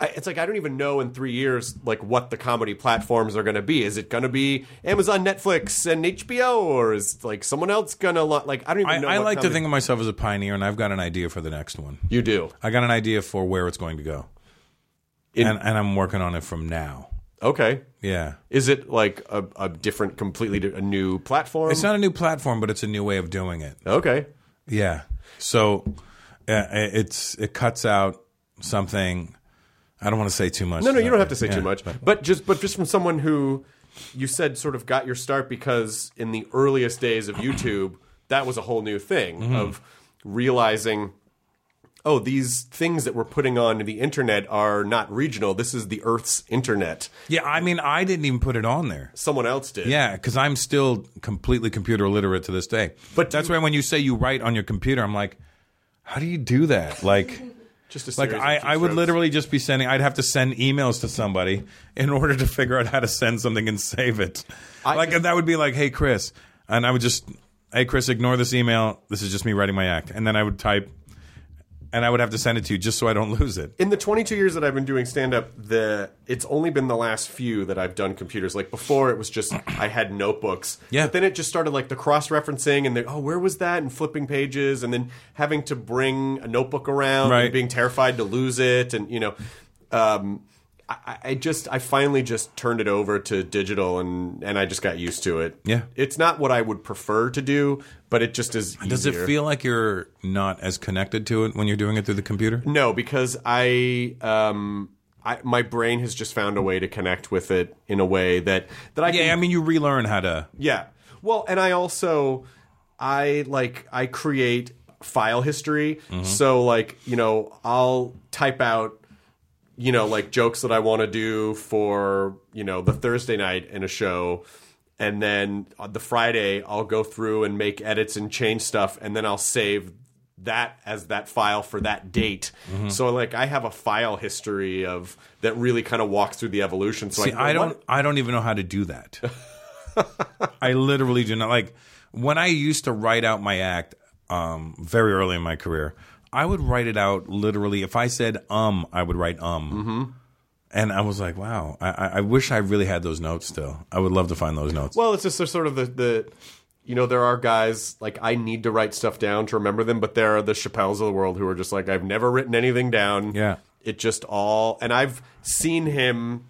it's like I don't even know in three years like what the comedy platforms are going to be. Is it going to be Amazon, Netflix, and HBO, or is like someone else going to like? I don't even
I,
know.
I
what
like to
comedy-
think of myself as a pioneer, and I've got an idea for the next one.
you do.
I got an idea for where it's going to go,
It-
and and I'm working on it from now.
Okay,
Yeah,
is it like a, a different, completely di- a new platform?
it's not a new platform, but it's a new way of doing it.
okay.
Yeah. So uh, it's it cuts out something. I don't want to say too much.
No, no, you don't have to say
Yeah.
too much. But just, but just from someone who you said sort of got your start because in the earliest days of YouTube, that was a whole new thing
Mm-hmm.
of realizing, oh, these things that we're putting on the internet are not regional. This is the Earth's internet.
Yeah, I mean, I didn't even put it on there.
Someone else did.
Yeah, because I'm still completely computer illiterate to this day.
But
that's
you-
why when you say you write on your computer, I'm like, how do you do that? Like.
just a
Like
series of
I, I would
keystrokes.
literally just be sending. I'd have to send emails to somebody in order to [laughs] figure out how to send something and save it. like that would be like, hey Chris, and I would just, hey Chris, ignore this email. This is just me writing my act, and then I would type, and I would have to send it to you just so I don't lose it.
in the 22 years that I've been doing stand up, the it's only been the last few that I've done computers. Like before, it was just I had notebooks.
Yeah.
But then it just started like the cross referencing and the oh where was that and flipping pages and then having to bring a notebook around
Right.
and being terrified to lose it and you know, um, I- I, I just I finally just turned it over to digital and and I just got used to it.
Yeah.
It's not what I would prefer to do, but it just is.
Does
easier.
it feel like you're not as connected to it when you're doing it through the computer?
No, because I um I my brain has just found a way to connect with it in a way that that I
Yeah, I
can,
mean, you relearn how to.
yeah. Well, and I also I like I create file history.
Mm-hmm.
So like, you know, I'll type out you know, like jokes that I want to do for, you know, the Thursday night in a show. And then on the Friday, I'll go through and make edits and change stuff. And then I'll save that as that file for that date.
Mm-hmm.
So, like, I have a file history of that really kind of walks through the evolution. So,
See,
I,
I don't. I don't even know how to do that. I literally do not. Like when I used to write out my act, um, very early in my career, I would write it out literally. If I said um, I would write um. And I was like, wow, I- I, I wish I really had those notes still. I would love to find those notes.
Well, it's just the sort of the, the you know, there are guys like I need to write stuff down to remember them, but there are the Chappelles of the world who are just like, I've never written anything down.
Yeah.
It just all and I've seen him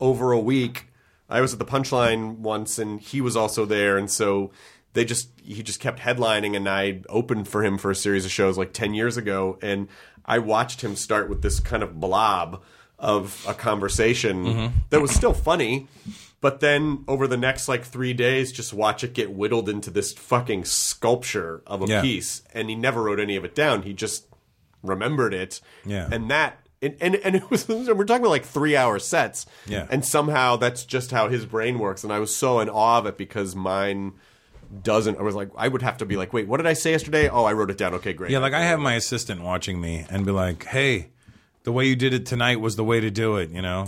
over a week. I was at the punchline once and he was also there and so they just he just kept headlining and I opened for him for a series of shows like 10 years ago and I watched him start with this kind of blob of a conversation
Mm-hmm.
that was still funny but then over the next like 3 days just watch it get whittled into this fucking sculpture of a
Yeah.
piece and he never wrote any of it down he just remembered it
Yeah.
and that and and, and [laughs] it was we're talking about like three hour sets
Yeah.
and somehow that's just how his brain works and i was so in awe of it because mine doesn't i was like i would have to be like wait what did i say yesterday oh i wrote it down okay great
yeah, like I have my assistant watching me and be like, hey, the way you did it tonight was the way to do it, you know?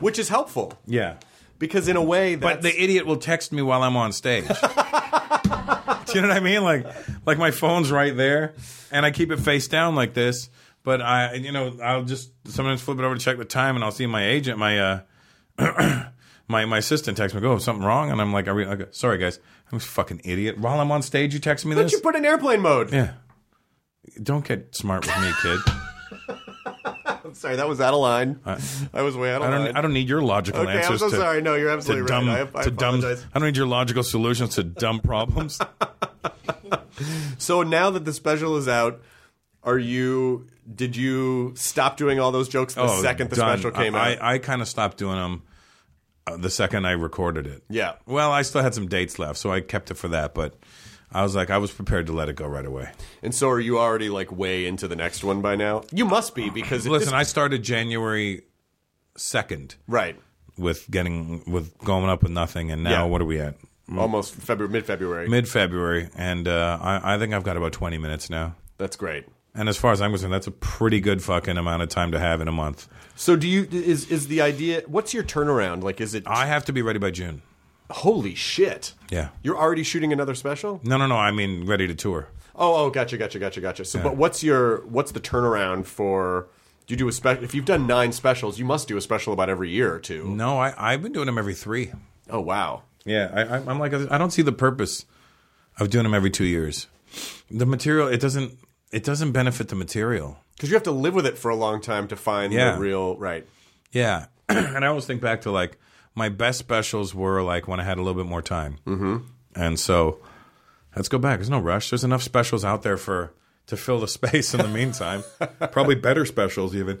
which is helpful
yeah.
because in a way
But
that's,
the idiot will text me while I'm
[laughs]
on stage. Do you know what I mean? Like, like my phone's right there, and I keep it face down like this. But I, you know, I'll just sometimes flip it over to check the time, and I'll see my agent, my uh, [clears throat] my my assistant text me, "Go, oh, something wrong?" And I'm like, I re- I go, "Sorry, guys, I'm a fucking idiot." While I'm on stage, you text me
don't
this.
you put in airplane mode
yeah. Don't get smart with me, kid.
i'm sorry that was out of line i was way out of
I
line
don't. I don't need your logical
Okay, I'm
answers.
so
to,
sorry. No, you're absolutely
to dumb,
right. I- I
to dumb,
apologize.
I don't need your logical solutions to dumb
[laughs]
problems.
so now that the special is out are you did you stop doing all those jokes the
Oh,
second the
done.
special came
I,
out
I, I kind of stopped doing them uh, the second I recorded it.
yeah
Well, I still had some dates left, so I kept it for that. But I was like, I was prepared to let it go right away.
And so, are you already like way into the next one by now? You must be because
Listen, I started January second
right,
with getting with going up with nothing, and
Yeah.
now what are we at?
almost February, mid February.
Mid February, and uh, I, I think I've got about twenty minutes now.
That's great.
And as far as I'm concerned, that's a pretty good fucking amount of time to have in a month.
So, do you is is the idea? What's your turnaround like? Is it
I have to be ready by June.
holy shit?
Yeah.
you're already shooting another special.
No, no, no. I mean, ready to tour.
Oh, oh, gotcha, gotcha, gotcha, gotcha. So, but what's your what's the turnaround for Do you do a special? If you've done nine specials, you must do a special about every year or two.
No, I, I've been doing them every three.
Oh wow.
Yeah, I, I- I'm like I don't see the purpose of doing them every two years. The material it doesn't it doesn't benefit the material.
Because you have to live with it for a long time to find
Yeah.
the real right.
Yeah, [clears throat] and I always think back to like my best specials were like when I had a little bit more time, mm-hmm. and so let's go back. There's no rush. There's enough specials out there for to fill the [laughs] space in the meantime. Probably better specials even.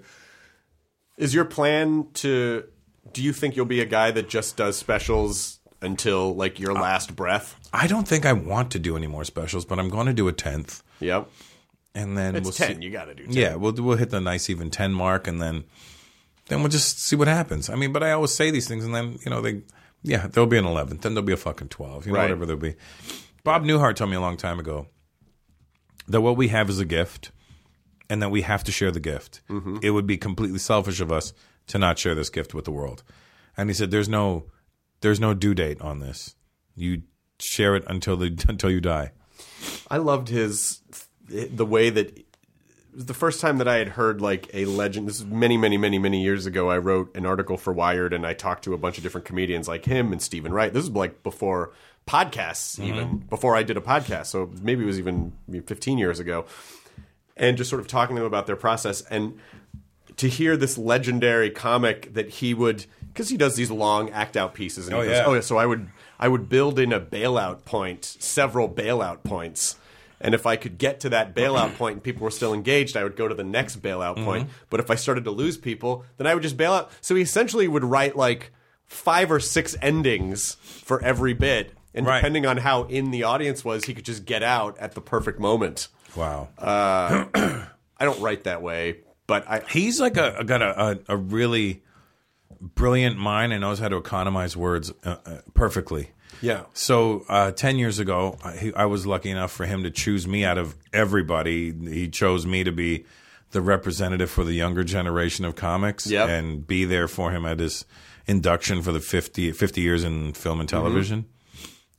Is your plan to? Do you think you'll be a guy that just does specials until like your last breath?
I don't think I want to do any more specials, but I'm going to do a tenth,
Yep.
and then
It's
we'll
ten.
see.
You got to do. 10.
Yeah, we'll we'll hit the nice even ten mark, and then then we'll just see what happens. I mean, but I always say these things, and then you know they, yeah, there'll be an eleventh, then there'll be a fucking twelve, you know,
Right.
whatever there'll be. Bob Newhart told me a long time ago that what we have is a gift, and that we have to share the gift. It would be completely selfish of us to not share this gift with the world. And he said, "There's no, there's no due date on this. You share it until the [laughs] until you die."
I loved his the way that it was the first time that I had heard like a legend. This is many, many, many, many years ago. I wrote an article for Wired, and I talked to a bunch of different comedians like him and Stephen Wright. This is like before podcasts,
Mm-hmm.
even before I did a podcast. So maybe it was even 15 years ago, and just sort of talking to them about their process and. To hear this legendary comic that he would, because he does these long act out pieces, and he
Oh,
goes,
yeah.
"Oh yeah, so I would I would build in a bailout point, several bailout points. And if I could get to that
[clears throat]
bailout point and people were still engaged, I would go to the next bailout
Mm-hmm.
point. But if I started to lose people, then I would just bail out. So he essentially would write like five or six endings for every bit. And
Right.
depending on how in the audience was, he could just get out at the perfect moment.
Wow.
I don't write that way, but I
he's like a a- got a, a, a really brilliant mind and knows how to economize words uh, uh, perfectly.
yeah.
So uh, ten years ago, I, he- I was lucky enough for him to choose me out of everybody. He chose me to be the representative for the younger generation of comics
Yep.
and be there for him at his induction for the 50, 50 years in film
Mm-hmm.
and television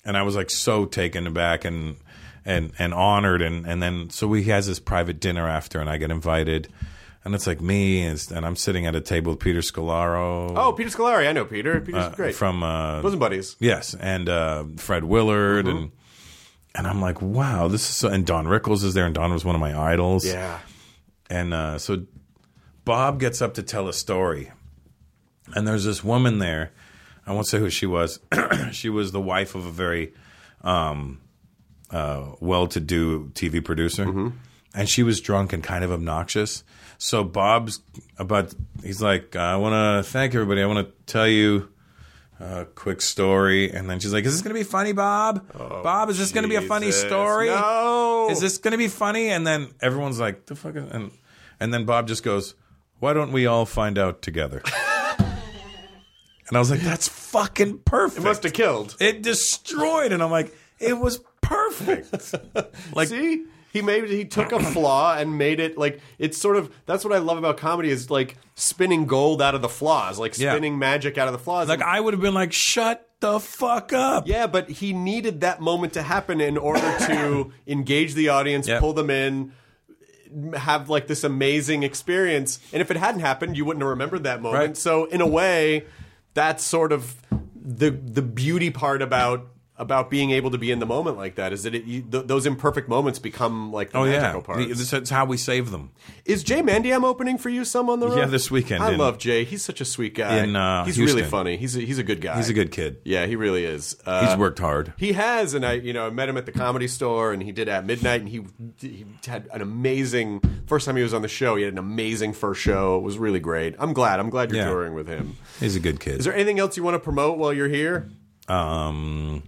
and I was like so taken aback and and and honored and and then so he has this private dinner after and I get invited and it's like me and, it's- and I'm sitting at a table with Peter Scolaro
Oh, Peter Scolari, I know Peter. Peter's great.
from uh,
Bosom Buddies.
yes and uh, Fred Willard and and I'm like wow this is so, and Don Rickles is there and Don was one of my idols
Yeah.
and uh, so Bob gets up to tell a story, and there's this woman there. I won't say who she was. [clears throat] she was the wife of a very um, uh, well-to-do TV producer,
Mm-hmm.
and she was drunk and kind of obnoxious. So Bob's about. He's like, I want to thank everybody. I want to tell you. A quick story, and then she's like, "Is this gonna be funny, Bob? Bob, is this gonna be a funny
Oh, Jesus.
story?
No.
Is this going to be funny? And then everyone's like, the fuck is, and, and then Bob just goes, why don't we all find
[laughs]
out together? and I was like, that's fucking perfect.
It must have killed.
It destroyed. And I'm like, it was perfect.
[laughs]
like,
See, he made he took a flaw and made it like it's sort of that's what I love about comedy is like spinning gold out of the flaws, like
Yeah.
spinning magic out of the flaws.
like I would have been like, shut the fuck up.
yeah, but he needed that moment to happen in order
[coughs]
to engage the audience,
Yep.
pull them in, have like this amazing experience. And if it hadn't happened, you wouldn't have remembered that moment.
Right.
So in a way, that's sort of the the beauty part about about being able to be in the moment like that is that it, you, th- those imperfect moments become like the
Oh yeah,
magical parts.
this is how we save them.
Is Jay Mandiam opening for you some on the road?
Yeah, this weekend
I
in-
love Jay. He's such a sweet guy.
in, uh,
he's
Houston.
really funny. He's a, he's a good guy.
He's a good kid.
Yeah, he really is. Uh,
He's worked hard.
he has, and I you know I met him at the comedy store, and he did at midnight, and he he had an amazing first time he was on the show. He had an amazing first show. It was really great. I'm glad. I'm glad you're
Yeah.
touring with him.
He's a good kid.
Is there anything else you want to promote while you're here?
um,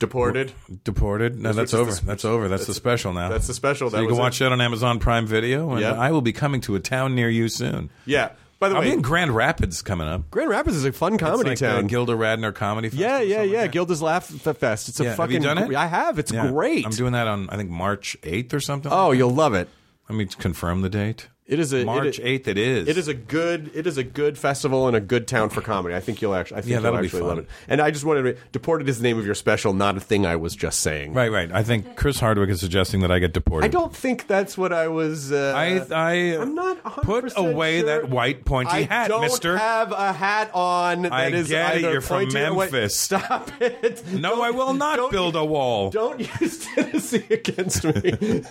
Deported.
deported? No, that's
is the
over.
sp-
that's over. That's the special now.
that's the special.
So
That
you can
was it.
watch that on Amazon Prime Video, and
Yeah.
I will be coming to a town near you soon.
Yeah. By the
I'll
way,
be in Grand Rapids coming up.
Grand Rapids is a fun comedy
it's like
town.
the Gilda Radner Comedy Fest.
yeah,
or
yeah,
something
yeah.
like that.
Gilda's Laugh Fest. It's a
Yeah, have
fucking.
you done it?
I have. It's
Yeah.
great.
I'm doing that on I think March 8th or something.
Oh,
like
you'll love it.
Let me confirm the date.
It is a it
March
i-
eighth. It is.
It is a good it is a good festival and a good town for comedy. I think you'll actually I think
Yeah,
you'll
that'll be
actually
fun.
love it. And I just wanted to deported is the name of your special, not a thing I was just saying.
right, right. I think Chris Hardwick is suggesting that I get deported.
I don't think that's what I was. Uh,
I, I
I'm not 100
put away that white pointy
I
hat,
don't
Mister.
have a hat on. That
I
is
get it,
either
you're from
pointy or white-
Memphis.
Stop it!
no, I will not
don't-
build a wall.
Don't use Tennessee against me.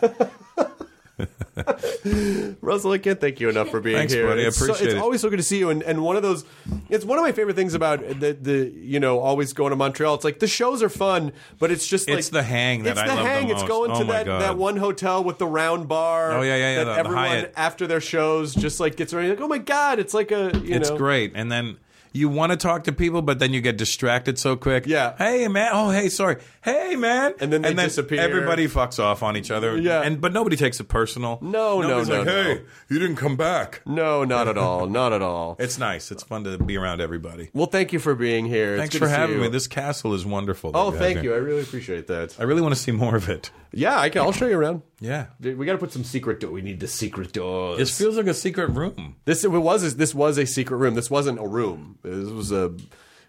[laughs] Russell, I can't thank you enough for being
Thanks,
here.
buddy. I
It's so-
appreciate
it's
it.
always so good to see you. And, and one of those, it's one of my favorite things about the, the you know always going to Montreal. It's like the shows are fun, but it's just like
It's the hang that
it's
I
the
love the
hang. it's
most.
going
Oh
to
my
that,
God.
that one hotel with the round bar.
Oh, yeah, yeah, yeah,
That
the- the
everyone
Hyatt.
after their shows just like gets ready. Like oh my god, it's like a you
it's
know
great. And then you want to talk to people, but then you get distracted so quick.
Yeah.
Hey man. Oh hey, sorry. Hey man.
And then they disappear.
Everybody fucks off on each other.
Yeah.
And but nobody takes it personal.
No, no,
Nobody's
no,
Like,
no.
hey, you didn't come back.
No, not at all. Not at
[laughs]
all.
It's nice. It's fun to be around everybody.
Well, thank you for being here. It's
Thanks
good
for
to see
having
you.
me. This castle is wonderful. that
Oh,
have
thank
here.
you. I really appreciate that.
I really want to see more of it.
Yeah, I can, I'll show you around.
Yeah.
Dude, We got to put some secret door. We need the secret doors.
This feels like a secret room.
this it was this was a secret room. This wasn't a room. This was a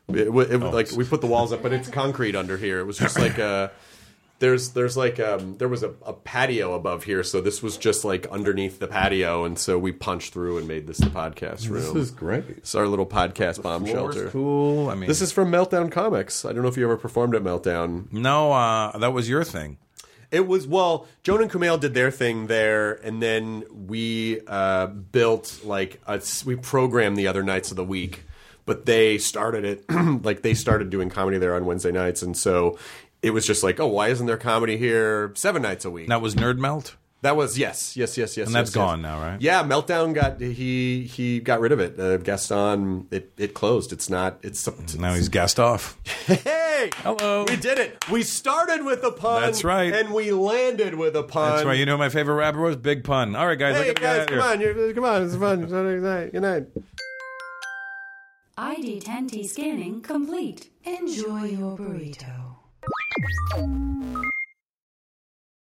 it, wa- it, was like we put the walls up, but Oh, it's concrete under here. It was just like a [laughs] there's there's like um there was a, a patio above here, so this was just like underneath the patio, and so we punched through and made this the podcast room.
great.
it's our little podcast bomb shelter.
cool. I mean,
This is from Meltdown Comics. I don't know if you ever performed at Meltdown.
no. Uh, that was your thing.
It was well, Joan and Kumail did their thing there, and then we uh, built like a, we programmed the other nights of the week. But they started it [clears throat] like they started doing comedy there on Wednesday nights, and so it was just like, oh, why isn't there comedy here seven nights a week?
That was Nerd Melt.
That was yes, yes, yes, yes.
And that's
yes, yes.
gone now, right?
Yeah, Meltdown got he he got rid of it. Uh, Gaston it it closed. It's not. It's, it's
Now he's gassed off.
[laughs] Hey!
Hello.
We did it. We started with a pun.
That's right.
And we landed with a pun.
That's right. You know who my favorite rapper was Big Pun. All right, guys.
Hey
I gotta get
guys,
outta here.
come on, you're, come on, it's fun. Good night. Good night.
ID10T scanning complete. Enjoy your burrito.